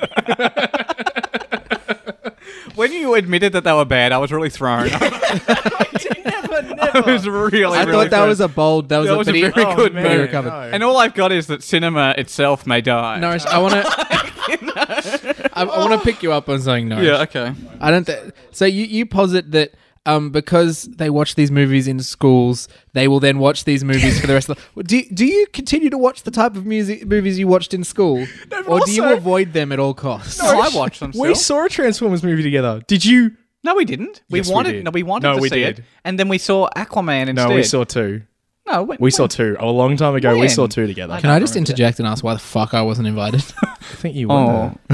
Speaker 2: When you admitted that they were bad, I was really thrown. I
Speaker 3: never,
Speaker 2: was really,
Speaker 1: I thought that was a bold. That was
Speaker 2: That
Speaker 1: a
Speaker 2: was a
Speaker 1: pretty
Speaker 2: very good
Speaker 1: very
Speaker 2: move.
Speaker 1: recovered.
Speaker 3: Oh, No.
Speaker 2: And all I've got is that cinema itself may die.
Speaker 1: Norris, I want to. I, I want to pick you up on something, Norris.
Speaker 2: Yeah. Okay.
Speaker 1: I don't. Th- so you you posit that um because they watch these movies in schools, they will then watch these movies for the rest of. the... Do do you continue to watch the type of music movies you watched in school,
Speaker 3: but
Speaker 1: or do you
Speaker 3: also-
Speaker 1: avoid them at all costs?
Speaker 2: No, I watched them still.
Speaker 3: We saw a Transformers movie together. Did you?
Speaker 2: No, we didn't. We
Speaker 3: Yes, we
Speaker 2: wanted.
Speaker 3: did.
Speaker 2: No, we wanted
Speaker 3: No,
Speaker 2: to
Speaker 3: we
Speaker 2: see
Speaker 3: did.
Speaker 2: it, and then we saw Aquaman instead.
Speaker 3: No, we saw two.
Speaker 2: No, when,
Speaker 3: We saw two a long time ago. We
Speaker 2: When?
Speaker 3: saw two together.
Speaker 1: Can I just interject and ask why the fuck I wasn't invited?
Speaker 3: I think you
Speaker 2: Oh.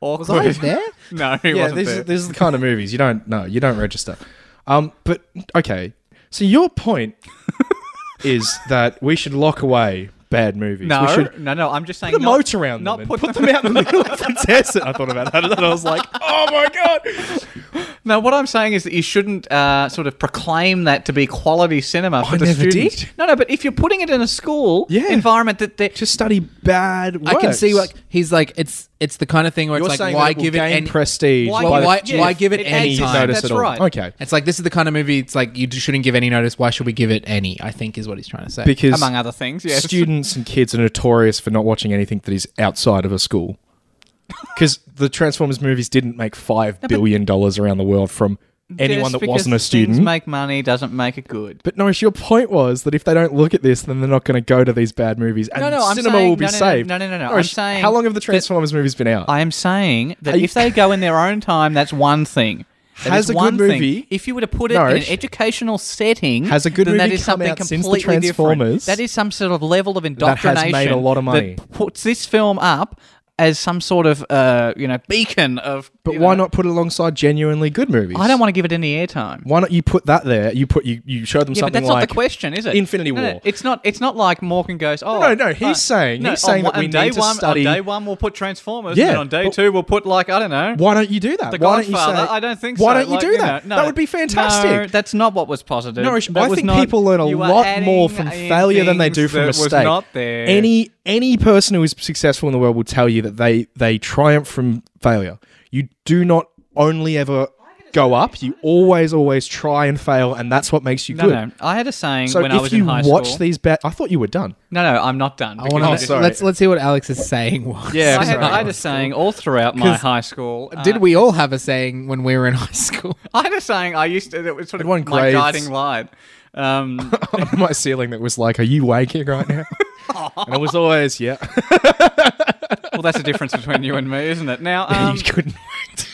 Speaker 1: Was I there?
Speaker 2: No, he
Speaker 3: Yeah,
Speaker 2: wasn't
Speaker 3: this
Speaker 2: there.
Speaker 3: is, this is the kind of movies you don't know. You don't register. Um, but okay. So your point is that we should lock away bad movies.
Speaker 2: no,
Speaker 3: we should
Speaker 2: no, no. I'm just saying.
Speaker 3: put a
Speaker 2: not-
Speaker 3: moat around
Speaker 2: not
Speaker 3: them. and
Speaker 2: put
Speaker 3: Put, them, out in the middle of the desert. I thought about that and I was like, oh my god.
Speaker 2: No, what I'm saying is that you shouldn't uh, sort of proclaim that to be quality cinema for
Speaker 3: I
Speaker 2: the
Speaker 3: never
Speaker 2: students.
Speaker 3: did.
Speaker 2: No, no, but if you're putting it in a school
Speaker 3: Yeah.
Speaker 2: environment that they
Speaker 3: Just study bad. Works.
Speaker 1: I can see like he's like it's it's the kind of thing where
Speaker 3: You're
Speaker 1: it's like
Speaker 3: saying
Speaker 1: why
Speaker 3: that it will
Speaker 1: give it
Speaker 3: gain
Speaker 1: any
Speaker 3: prestige.
Speaker 2: Why-
Speaker 3: by the-
Speaker 1: why,
Speaker 2: Yeah.
Speaker 1: why give it,
Speaker 2: It
Speaker 1: any
Speaker 2: adds
Speaker 1: time?
Speaker 2: notice
Speaker 1: That's-
Speaker 2: at all. right.
Speaker 3: Okay.
Speaker 1: It's like this is the kind of movie. It's like you d- shouldn't give any notice. Why should we give it any? I think is what he's trying to say.
Speaker 3: Because
Speaker 2: among other things, yes.
Speaker 3: students and kids are notorious for not watching anything that is outside of a school. Because the Transformers movies didn't make five billion dollars around the world from anyone
Speaker 2: Just
Speaker 3: that
Speaker 2: because
Speaker 3: wasn't a
Speaker 2: things
Speaker 3: student.
Speaker 2: make money doesn't make it good.
Speaker 3: but Norris, your point was that if they don't look at this, then they're not going to go to these bad movies, and
Speaker 2: No, no, I'm
Speaker 3: cinema
Speaker 2: saying-
Speaker 3: will be
Speaker 2: no, no, no,
Speaker 3: saved.
Speaker 2: no, no, no, no, I'm
Speaker 3: Norris,
Speaker 2: saying
Speaker 3: how long have the
Speaker 2: that-
Speaker 3: Transformers movies been out?
Speaker 2: I am saying that
Speaker 3: Are you-
Speaker 2: if they go in their own time, that's one thing. That
Speaker 3: Has
Speaker 2: is
Speaker 3: a good
Speaker 2: one thing.
Speaker 3: movie-
Speaker 2: If you were to put it in
Speaker 3: Nourished.
Speaker 2: an educational setting,
Speaker 3: Has a good
Speaker 2: then that
Speaker 3: movie
Speaker 2: is
Speaker 3: come
Speaker 2: something
Speaker 3: out since the
Speaker 2: completely
Speaker 3: Transformers
Speaker 2: different. That is some sort of level of
Speaker 3: has made a
Speaker 2: indoctrination
Speaker 3: lot of money.
Speaker 2: that puts this film up as some sort of uh, you know beacon of.
Speaker 3: but
Speaker 2: you
Speaker 3: why
Speaker 2: know,
Speaker 3: not put it alongside genuinely good movies?
Speaker 2: I don't want to give it any airtime.
Speaker 3: Why not you put that there? You put you, you show
Speaker 2: Yeah,
Speaker 3: them
Speaker 2: but
Speaker 3: something
Speaker 2: that's
Speaker 3: like
Speaker 2: not the question, is it?
Speaker 3: Infinity
Speaker 2: No, no,
Speaker 3: War.
Speaker 2: it's not. It's not like Morgan goes. Oh
Speaker 3: No, no, he's saying- he's saying
Speaker 2: on,
Speaker 3: that we
Speaker 2: on day
Speaker 3: need to
Speaker 2: one,
Speaker 3: study-
Speaker 2: On day one, we'll put Transformers.
Speaker 3: Yeah,
Speaker 2: and on day
Speaker 3: but-
Speaker 2: two, we'll put like I don't know.
Speaker 3: Why don't you do that?
Speaker 2: The
Speaker 3: why
Speaker 2: Godfather.
Speaker 3: don't you say,
Speaker 2: I don't think.
Speaker 3: Why
Speaker 2: so.
Speaker 3: don't you
Speaker 2: Like,
Speaker 3: do that?
Speaker 2: no,
Speaker 3: that would be fantastic.
Speaker 2: No, that's not what was positive.
Speaker 3: No,
Speaker 2: That
Speaker 3: I
Speaker 2: was
Speaker 3: think
Speaker 2: not-
Speaker 3: people learn a
Speaker 2: you are
Speaker 3: lot more
Speaker 2: adding
Speaker 3: from
Speaker 2: in
Speaker 3: failure than they do
Speaker 2: things
Speaker 3: from
Speaker 2: that
Speaker 3: mistake.
Speaker 2: Was not there.
Speaker 3: Any any person who is successful in the world will tell you that they they triumph from failure. You do not only ever go up. You always always try and fail, and that's what makes you
Speaker 2: No,
Speaker 3: good.
Speaker 2: no. I had a saying
Speaker 3: So
Speaker 2: when I was
Speaker 3: if you
Speaker 2: in high
Speaker 3: watch
Speaker 2: school.
Speaker 3: these bad, I thought you were done.
Speaker 2: no, no, I'm not done.
Speaker 1: I want
Speaker 2: because
Speaker 3: Oh,
Speaker 1: to.
Speaker 2: I
Speaker 3: sorry.
Speaker 1: Let's let's hear what Alex is saying. Was.
Speaker 3: Yeah,
Speaker 2: I had,
Speaker 3: sorry.
Speaker 2: I had a saying all throughout my
Speaker 1: 'Cause
Speaker 2: high school. uh,
Speaker 1: Did we all have a saying when we were in high school?
Speaker 2: I had a saying I used to. That was sort of
Speaker 3: Everyone
Speaker 2: my
Speaker 3: graves.
Speaker 2: guiding line. Um,
Speaker 3: on my ceiling that was like, "Are you waking right now?" and it was always, "Yeah."
Speaker 2: well, that's the difference between you and me, isn't it? Now, um,
Speaker 3: you couldn't. wait.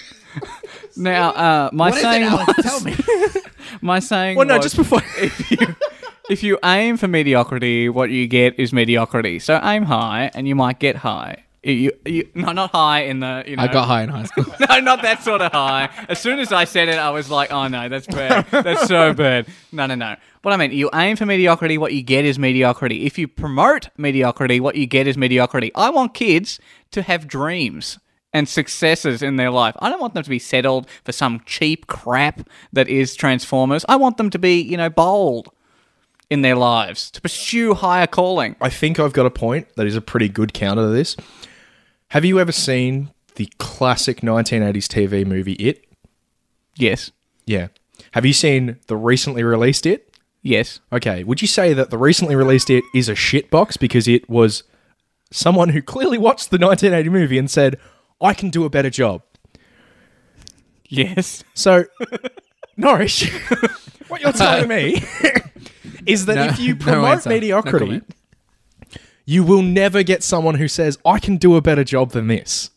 Speaker 2: now, uh, my saying was,
Speaker 1: Tell me.
Speaker 2: my saying.
Speaker 3: well, no,
Speaker 2: was,
Speaker 3: just before.
Speaker 2: if you aim for mediocrity, what you get is mediocrity. So aim high, and you might get high. You, you, no, not high in the. You know,
Speaker 1: I got high in high school.
Speaker 2: No, not that sort of high. As soon as I said it, I was like, oh no, that's bad. That's so bad. No, no, no. What I mean, you aim for mediocrity, what you get is mediocrity. If you promote mediocrity, what you get is mediocrity. I want kids to have dreams and successes in their life. I don't want them to be settled for some cheap crap that is Transformers. I want them to be, you know, bold in their lives, to pursue higher calling.
Speaker 3: I think I've got a point that is a pretty good counter to this. Have you ever seen the classic 1980s TV movie It?
Speaker 2: Yes.
Speaker 3: Yeah. Have you seen the recently released It?
Speaker 2: Yes.
Speaker 3: Okay. Would you say that the recently released It is a shitbox because it was someone who clearly watched the 1980 movie and said, I can do a better job?
Speaker 2: Yes.
Speaker 3: So, Norris, what you're telling me is that
Speaker 1: No-
Speaker 3: if you
Speaker 1: no
Speaker 3: promote
Speaker 1: answer. No
Speaker 3: mediocrity,
Speaker 1: comment.
Speaker 3: you will never get someone who says, I can do a better job than this.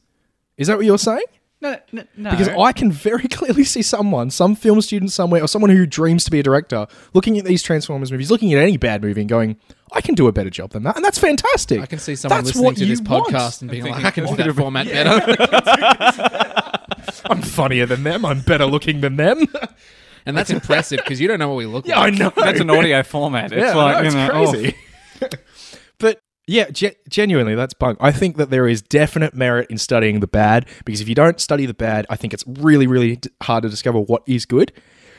Speaker 3: Is that what you're saying?
Speaker 2: No, no, no.
Speaker 3: Because I can very clearly see someone, some film student somewhere, or someone who dreams to be a director, looking at these Transformers movies, looking at any bad movie, and going, "I can do a better job than that," and that's fantastic.
Speaker 1: I can see someone
Speaker 3: That's
Speaker 1: listening
Speaker 3: what
Speaker 1: to this
Speaker 3: you want.
Speaker 1: podcast and being like, "I can do that format better,"
Speaker 3: I'm funnier than them. I'm better looking than them.
Speaker 1: and that's impressive because you don't know what we look
Speaker 3: yeah,
Speaker 1: like.
Speaker 3: I know.
Speaker 2: that's an audio format. It's
Speaker 3: yeah, I
Speaker 2: like,
Speaker 3: know,
Speaker 2: you know, oh,
Speaker 3: it's crazy. but Yeah, ge- genuinely, that's bunk. I think that there is definite merit in studying the bad because if you don't study the bad, I think it's really, really d- hard to discover what is good.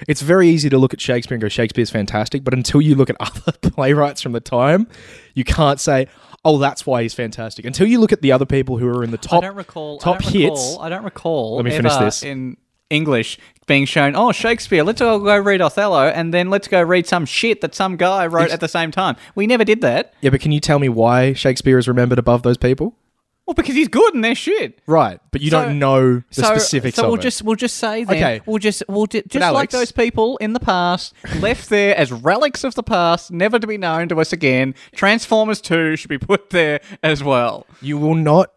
Speaker 3: It's very easy to look at Shakespeare and go, Shakespeare's fantastic, but until you look at other playwrights from the time, you can't say, oh, that's why he's fantastic. Until you look at the other people who are in the top,
Speaker 2: I don't recall.
Speaker 3: top
Speaker 2: I don't recall,
Speaker 3: hits.
Speaker 2: I don't recall.
Speaker 3: Let me finish
Speaker 2: ever
Speaker 3: this.
Speaker 2: in English being shown. Oh, Shakespeare. Let's all go read Othello, and then let's go read some shit that some guy wrote at the same time. We never did that.
Speaker 3: Yeah, but can you tell me why Shakespeare is remembered above those people?
Speaker 2: Well, because he's good and they're shit.
Speaker 3: Right, but you
Speaker 2: So-
Speaker 3: don't know the
Speaker 2: so,
Speaker 3: specifics
Speaker 2: so
Speaker 3: of
Speaker 2: we'll
Speaker 3: it.
Speaker 2: just we'll just say then
Speaker 3: Okay.
Speaker 2: we'll just we'll ju- just like
Speaker 3: Alex-
Speaker 2: those people in the past left there as relics of the past, never to be known to us again. Transformers Two should be put there as well.
Speaker 3: You will not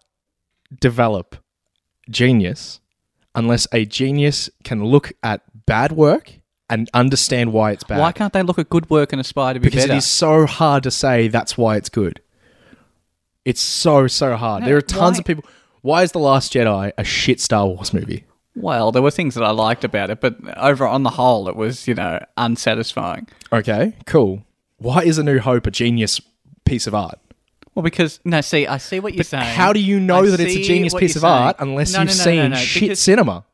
Speaker 3: develop genius unless a genius can look at bad work and understand why it's bad.
Speaker 2: Why can't they look at good work and aspire to be
Speaker 3: because
Speaker 2: better?
Speaker 3: it is so hard to say that's why it's good. It's so so hard.
Speaker 2: No,
Speaker 3: there are tons
Speaker 2: why-
Speaker 3: of people. Why is the Last Jedi a shit Star Wars movie?
Speaker 2: Well, there were things that I liked about it, but over on the whole, it was you know unsatisfying.
Speaker 3: Okay, cool. Why is A New Hope a genius piece of art?
Speaker 2: Well, because no, see, I see what you're saying.
Speaker 3: How do you know
Speaker 2: I
Speaker 3: that it's a
Speaker 2: see
Speaker 3: genius
Speaker 2: what
Speaker 3: piece
Speaker 2: you're
Speaker 3: of art
Speaker 2: saying.
Speaker 3: unless
Speaker 2: No,
Speaker 3: you've
Speaker 2: no, no,
Speaker 3: seen
Speaker 2: no, no,
Speaker 3: shit
Speaker 2: because-
Speaker 3: cinema?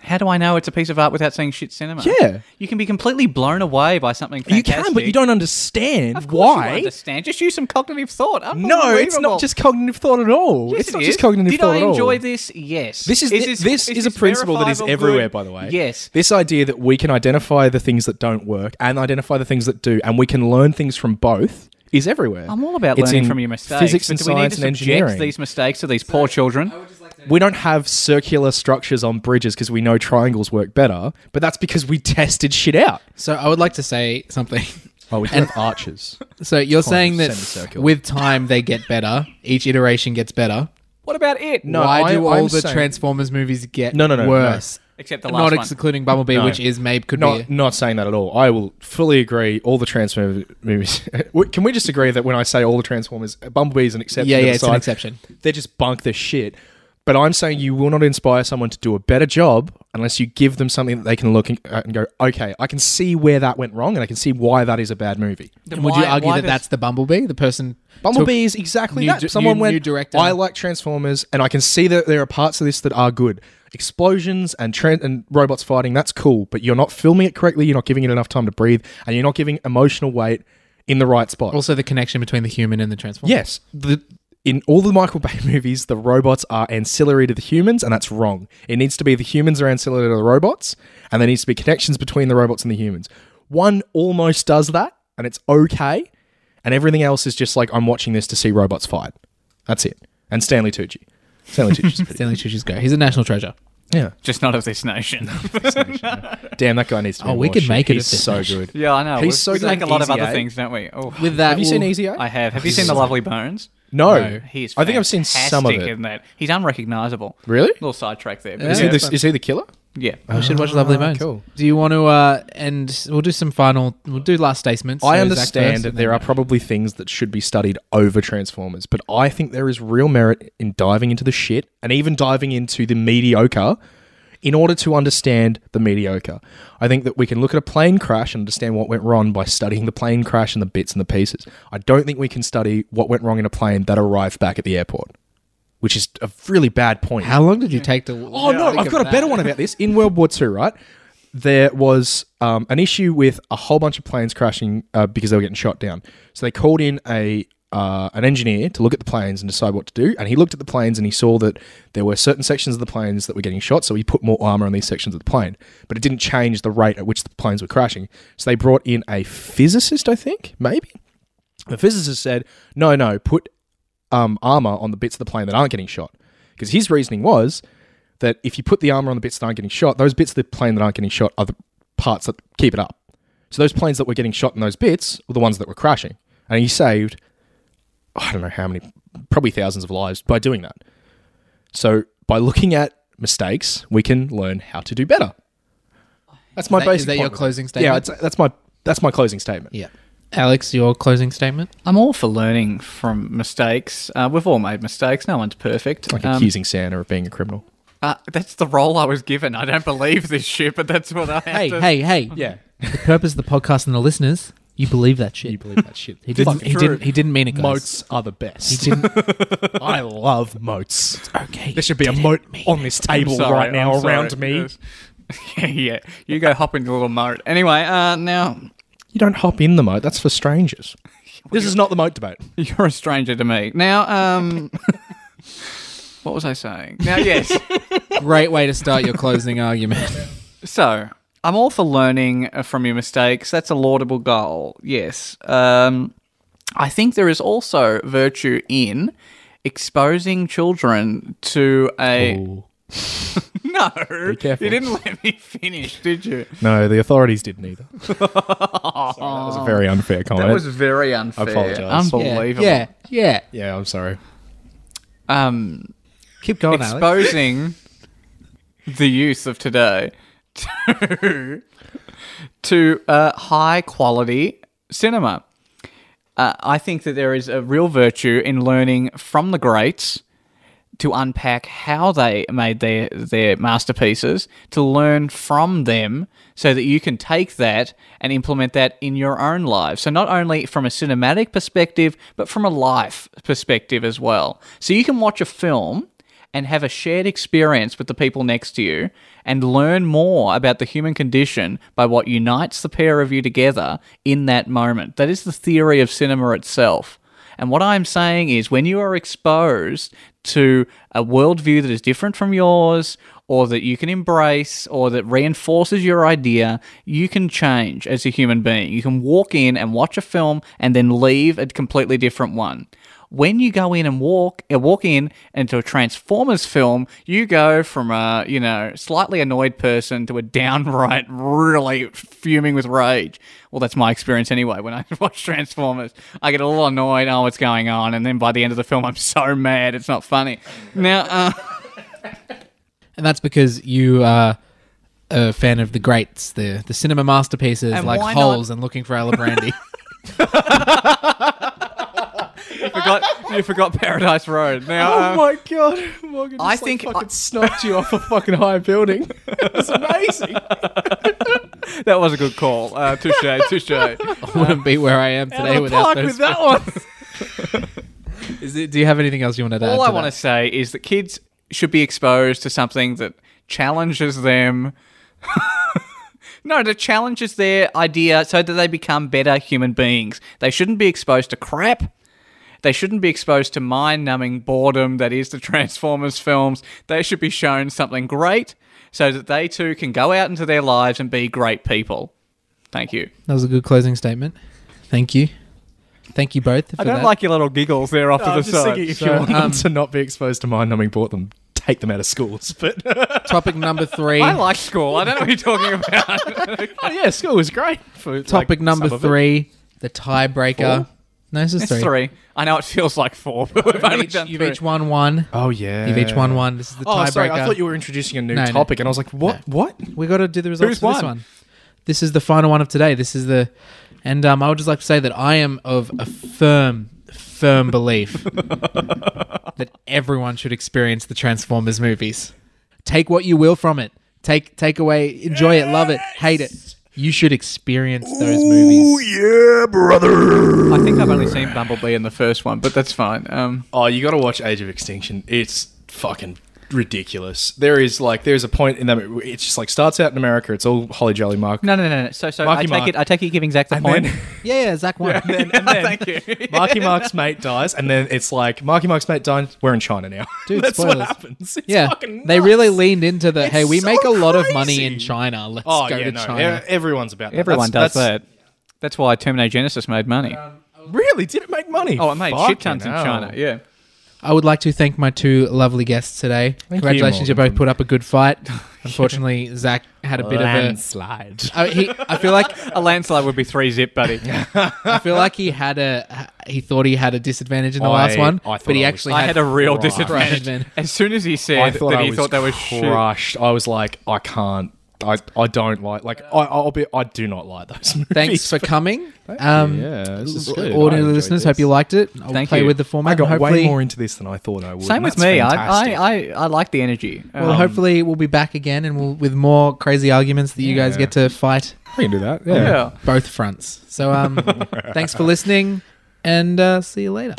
Speaker 2: How do I know it's a piece of art without seeing shit cinema?
Speaker 3: Yeah.
Speaker 2: you can be completely blown away by something.
Speaker 3: You
Speaker 2: Fantastic.
Speaker 3: can, but you don't understand
Speaker 2: Of course you
Speaker 3: why.
Speaker 2: understand? Just use some cognitive thought.
Speaker 3: No, it's
Speaker 2: Unbelievable.
Speaker 3: not just cognitive thought at all.
Speaker 2: Yes,
Speaker 3: it's
Speaker 2: it
Speaker 3: not
Speaker 2: is.
Speaker 3: just cognitive
Speaker 2: Did
Speaker 3: thought
Speaker 2: I
Speaker 3: at all.
Speaker 2: enjoy this? Yes.
Speaker 3: This is, thi- this, is, a principle that is
Speaker 2: verifiable
Speaker 3: everywhere,
Speaker 2: good?
Speaker 3: by the way.
Speaker 2: Yes.
Speaker 3: This idea that we can identify the things that don't work and identify the things that do, and we can learn things from both, is everywhere.
Speaker 2: I'm all about
Speaker 3: It's
Speaker 2: learning
Speaker 3: in
Speaker 2: from your mistakes.
Speaker 3: Physics
Speaker 2: but
Speaker 3: and
Speaker 2: do we need
Speaker 3: science
Speaker 2: to
Speaker 3: and
Speaker 2: subject
Speaker 3: engineering.
Speaker 2: These mistakes to these poor children.
Speaker 3: We don't have circular structures on bridges because we know triangles work better, but that's because we tested shit out.
Speaker 1: So I would like to say something.
Speaker 3: Oh, we do have arches.
Speaker 1: So you're saying that
Speaker 3: semicircular.
Speaker 1: with time they get better. Each iteration gets better.
Speaker 2: What about it?
Speaker 3: No,
Speaker 1: Why
Speaker 3: I-
Speaker 1: do all
Speaker 3: I'm
Speaker 1: the
Speaker 3: saying-
Speaker 1: Transformers movies get
Speaker 3: No, no, no, no.
Speaker 1: worse?
Speaker 2: Except the
Speaker 1: Not
Speaker 2: last one.
Speaker 1: excluding Bumblebee,
Speaker 3: No.
Speaker 1: which is maybe could
Speaker 3: Not,
Speaker 1: be.
Speaker 3: not saying that at all. I will fully agree. All the Transformers movies. Can we just agree that when I say all the Transformers, Bumblebee is an exception?
Speaker 1: Yeah,
Speaker 3: to
Speaker 1: yeah,
Speaker 3: the
Speaker 1: it's an
Speaker 3: side.
Speaker 1: exception.
Speaker 3: They just bunk the shit. But I'm saying you will not inspire someone to do a better job unless you give them something that they can look at and go, okay, I can see where that went wrong and I can see why that is a bad movie.
Speaker 1: And would you argue that that's the Bumblebee, the person?
Speaker 3: Bumblebee is exactly
Speaker 1: new
Speaker 3: that.
Speaker 1: di-
Speaker 3: Someone
Speaker 1: new-
Speaker 3: went,
Speaker 1: new director.
Speaker 3: I like Transformers, and I can see that there are parts of this that are good. Explosions and tran and robots fighting, that's cool, but you're not filming it correctly, you're not giving it enough time to breathe, and you're not giving emotional weight in the right spot.
Speaker 1: Also, the connection between the human and the Transformer.
Speaker 3: yes, the, in all the Michael Bay movies, the robots are ancillary to the humans, and that's wrong. It needs to be the humans are ancillary to the robots, and there needs to be connections between the robots and the humans. One almost does that, and it's okay, and everything else is just like I'm watching this to see robots fight. That's it. And Stanley Tucci. Stanley Tucci's pretty.
Speaker 1: Stanley Tucci's great. He's a national treasure.
Speaker 3: Yeah.
Speaker 2: just not of this nation?
Speaker 3: Damn, that guy needs to. Be
Speaker 1: Oh, we
Speaker 3: more
Speaker 1: could
Speaker 3: shit.
Speaker 1: make it
Speaker 3: He's
Speaker 1: if this-
Speaker 3: so good.
Speaker 2: yeah, I know.
Speaker 3: He's
Speaker 2: We-
Speaker 3: so
Speaker 2: we
Speaker 3: good
Speaker 2: make a
Speaker 3: at
Speaker 2: lot of other
Speaker 3: Easy Eight.
Speaker 2: things, don't we? Oh,
Speaker 1: With that,
Speaker 3: Have you seen
Speaker 1: we'll-
Speaker 3: Easy A?
Speaker 2: I have. Have you seen the Lovely Bones?
Speaker 3: No.
Speaker 1: No.
Speaker 2: He is
Speaker 3: I think I've seen some of
Speaker 2: fantastic
Speaker 3: it.
Speaker 2: In that he's unrecognizable.
Speaker 3: Really?
Speaker 2: Little sidetrack there. But
Speaker 3: Is
Speaker 2: yeah,
Speaker 3: he the, is he the killer?
Speaker 2: yeah.
Speaker 1: We should watch Lovely
Speaker 3: Ah,
Speaker 1: Bones.
Speaker 3: cool.
Speaker 1: Do you want to uh and we'll do some final we'll do last statements.
Speaker 3: I
Speaker 1: So Zach first,
Speaker 3: understand that
Speaker 1: and
Speaker 3: there
Speaker 1: then-
Speaker 3: are probably things that should be studied over Transformers, but I think there is real merit in diving into the shit and even diving into the mediocre in order to understand the mediocre. I think that we can look at a plane crash and understand what went wrong by studying the plane crash and the bits and the pieces. I don't think we can study what went wrong in a plane that arrived back at the airport, which is a really bad point.
Speaker 1: How long did you take to?
Speaker 3: Oh no, I've got a better one about this. In World War II, right? There was um, an issue with a whole bunch of planes crashing uh, because they were getting shot down. So they called in a uh, an engineer to look at the planes and decide what to do. And he looked at the planes and he saw that there were certain sections of the planes that were getting shot. So he put more armor on these sections of the plane, but it didn't change the rate at which the planes were crashing. So they brought in a physicist, I think, maybe. The physicist said, "No, no, put um, armor on the bits of the plane that aren't getting shot. Because his reasoning was that if you put the armor on the bits that aren't getting shot, those bits of the plane that aren't getting shot are the parts that keep it up. So those planes that were getting shot in those bits were the ones that were crashing. And he saved, I don't know how many, probably thousands of lives by doing that. So by looking at mistakes, we can learn how to do better. That's my
Speaker 1: that-
Speaker 3: basic.
Speaker 1: is that your
Speaker 3: point with it.
Speaker 1: closing
Speaker 3: Yeah,
Speaker 1: statement?
Speaker 3: it's, that's my that's my closing statement.
Speaker 1: Yeah, Alex, your closing statement.
Speaker 2: I'm all for learning from mistakes. Uh, we've all made mistakes. No one's perfect.
Speaker 3: Like
Speaker 2: Um,
Speaker 3: accusing Santa of being a criminal.
Speaker 2: uh, that's the role I was given. I don't believe this shit, but that's what I have
Speaker 1: Hey,
Speaker 2: to-
Speaker 1: hey, hey!
Speaker 3: Yeah.
Speaker 1: The purpose of the podcast and the listeners You believe that shit.
Speaker 3: You believe that shit?
Speaker 1: he didn't. He didn't. He didn't mean it, guys.
Speaker 3: Moats are the best.
Speaker 1: He didn't.
Speaker 3: I love moats.
Speaker 1: Okay.
Speaker 3: There should be a
Speaker 1: didn't
Speaker 3: moat
Speaker 1: mean
Speaker 3: on
Speaker 1: it.
Speaker 3: this table
Speaker 2: I'm sorry,
Speaker 3: right now
Speaker 2: I'm
Speaker 3: around
Speaker 2: sorry.
Speaker 3: me.
Speaker 2: Yes. yeah, you go hop in the little moat. Anyway, uh, now
Speaker 3: You don't hop in the moat. That's for strangers. this is not the moat debate.
Speaker 2: you're a stranger to me. Now, um, what was I saying? Now, yes.
Speaker 1: Great way to start your closing argument.
Speaker 2: So, I'm all for learning uh, from your mistakes. That's a laudable goal. Yes. Um, I think there is also virtue in exposing children to a. No.
Speaker 3: Oh. careful.
Speaker 2: You didn't let me finish, did you?
Speaker 3: No, the authorities didn't either. Sorry, that was a very unfair comment.
Speaker 2: That was very unfair.
Speaker 3: apologise.
Speaker 2: Unbelievable.
Speaker 1: Yeah. Yeah.
Speaker 3: yeah, I'm sorry.
Speaker 2: Um,
Speaker 1: Keep going, Alex.
Speaker 2: exposing the youth of today to, to uh, high quality cinema. Uh, I think that there is a real virtue in learning from the greats to unpack how they made their, their masterpieces, to learn from them so that you can take that and implement that in your own life. So, not only from a cinematic perspective, but from a life perspective as well. So, you can watch a film and have a shared experience with the people next to you and learn more about the human condition by what unites the pair of you together in that moment. That is the theory of cinema itself. And what I'm saying is, when you are exposed to a worldview that is different from yours, or that you can embrace, or that reinforces your idea, you can change as a human being. You can walk in and watch a film and then leave a completely different one. When you go in and walk, uh, walk in into a Transformers film, you go from a you know slightly annoyed person to a downright really fuming with rage. Well, that's my experience anyway. When I watch Transformers, I get a little annoyed. Oh, what's going on? And then by the end of the film, I'm so mad. It's not funny. Now, uh,
Speaker 1: And that's because you are a fan of the greats, the the cinema masterpieces
Speaker 2: And
Speaker 1: like
Speaker 2: why not-
Speaker 1: Holes and Looking for Ella Brandy.
Speaker 2: you forgot you forgot Paradise Road.
Speaker 1: Oh
Speaker 2: Now, um,
Speaker 3: Oh my god, Morgan!
Speaker 2: I think I-
Speaker 3: snuffed you off a fucking high building. It's amazing.
Speaker 2: that was a good call. Uh, touche, touche. Out
Speaker 1: I wouldn't be where I am today
Speaker 2: of the
Speaker 1: without
Speaker 2: park
Speaker 1: those.
Speaker 2: with that one.
Speaker 1: Is it- do you have anything else you want to add?
Speaker 2: All I
Speaker 1: to
Speaker 2: want to
Speaker 1: that?
Speaker 2: say is that kids should be exposed to something that challenges them. no, that challenges their idea so that they become better human beings. They shouldn't be exposed to crap. They shouldn't be exposed to mind numbing boredom that is the Transformers films. They should be shown something great so that they too can go out into their lives and be great people. Thank you.
Speaker 1: That was a good closing statement. Thank you. Thank you both. For
Speaker 2: I don't
Speaker 1: that.
Speaker 2: like your little giggles there off to the side.
Speaker 3: if
Speaker 1: So,
Speaker 3: you want
Speaker 1: um,
Speaker 3: them to not be exposed to mind numbing, bought them, take them out of schools. But
Speaker 1: topic number three.
Speaker 2: I like school. I don't know what you're talking about.
Speaker 3: oh yeah, school was great. For, like,
Speaker 1: topic number
Speaker 3: some of it.
Speaker 1: three, the tiebreaker. No, this is
Speaker 2: It's three. I know it feels like four, but we've only
Speaker 1: You've each,
Speaker 2: done
Speaker 1: you've
Speaker 2: three.
Speaker 1: each won one.
Speaker 3: Oh yeah,
Speaker 1: You've each won one. This is the
Speaker 3: Oh,
Speaker 1: tiebreaker.
Speaker 3: sorry, I thought you were introducing a new
Speaker 1: No, no.
Speaker 3: topic, and I was like, what? What?
Speaker 1: We got to do the results
Speaker 2: Who's
Speaker 1: for this
Speaker 2: won?
Speaker 1: one. This is the final one of today. This is the, and um, I would just like to say that I am of a firm, firm belief that everyone should experience the Transformers movies. Take what you will from it. Take take away, enjoy it, love it, hate it. You should experience those movies.
Speaker 3: yeah, brother.
Speaker 2: I think I've only seen Bumblebee in the first one, but that's fine. Um,
Speaker 3: Oh, you got to watch Age of Extinction. It's fucking ridiculous. There is like there's a point in that it's just like starts out in America. It's all holly jolly mark.
Speaker 2: no, no, no, no. So, so
Speaker 3: Marky
Speaker 2: I take
Speaker 3: Mark.
Speaker 2: it. I take you giving Zach the
Speaker 3: And
Speaker 2: point.
Speaker 3: then
Speaker 1: Yeah, yeah, Zach won.
Speaker 2: Thank you.
Speaker 3: Marky Mark's mate dies, and then it's like Marky Mark's mate dies. We're in China now.
Speaker 1: Dude,
Speaker 3: that's
Speaker 1: spoilers.
Speaker 3: what happens. It's
Speaker 1: yeah,
Speaker 3: fucking
Speaker 1: they
Speaker 3: nuts.
Speaker 1: really leaned into the. Hey, we
Speaker 3: so
Speaker 1: make a lot of money
Speaker 3: crazy.
Speaker 1: in China. Let's
Speaker 3: Oh
Speaker 1: go
Speaker 3: yeah,
Speaker 1: to
Speaker 3: no,
Speaker 1: China.
Speaker 3: e- everyone's about that.
Speaker 2: Everyone
Speaker 3: That's-
Speaker 2: does
Speaker 3: that's-
Speaker 2: that. That's why Terminator Genesis made money.
Speaker 3: Really? Did it make money?
Speaker 2: oh, it made
Speaker 3: Fucking
Speaker 2: shit tons in
Speaker 3: hell.
Speaker 2: China. Yeah.
Speaker 1: I would like to thank my two lovely guests today. Congratulations, you,
Speaker 3: Morgan.
Speaker 1: both put up a good fight. Unfortunately, Zach had a bit
Speaker 3: Landslide.
Speaker 1: of a. I, he, I feel like
Speaker 2: A landslide would be three zip, buddy.
Speaker 1: I feel like he had a he thought he had a disadvantage in the
Speaker 3: I-
Speaker 1: last one,
Speaker 3: I thought
Speaker 1: but he
Speaker 3: I was-
Speaker 1: actually
Speaker 2: I
Speaker 1: had,
Speaker 2: had a real
Speaker 3: Christ.
Speaker 2: disadvantage.
Speaker 1: Christ, man.
Speaker 2: As soon as he said that he thought that was shit.
Speaker 3: crushed. I was like, I can't. I, I don't like like I I'll be I do not like those movies.
Speaker 1: Thanks for coming. Um,
Speaker 3: Yeah, this is
Speaker 1: l-
Speaker 3: good. I
Speaker 1: Audio
Speaker 3: enjoyed
Speaker 1: listeners,
Speaker 3: this.
Speaker 1: hope you liked it. I'll
Speaker 2: Thank
Speaker 1: play
Speaker 2: you.
Speaker 1: with the format.
Speaker 3: I got
Speaker 1: and hopefully,
Speaker 3: way more into this than I thought I would.
Speaker 2: Same
Speaker 3: and
Speaker 2: with
Speaker 3: that's
Speaker 2: me. I,
Speaker 3: fantastic.
Speaker 2: I, I, I like the energy.
Speaker 1: Well,
Speaker 2: Um,
Speaker 1: hopefully we'll be back again and we'll with more crazy arguments that you guys
Speaker 3: Yeah.
Speaker 1: get to fight
Speaker 3: I can do that.
Speaker 2: Yeah.
Speaker 3: yeah.
Speaker 1: both fronts. So um, thanks for listening, and uh, see you later.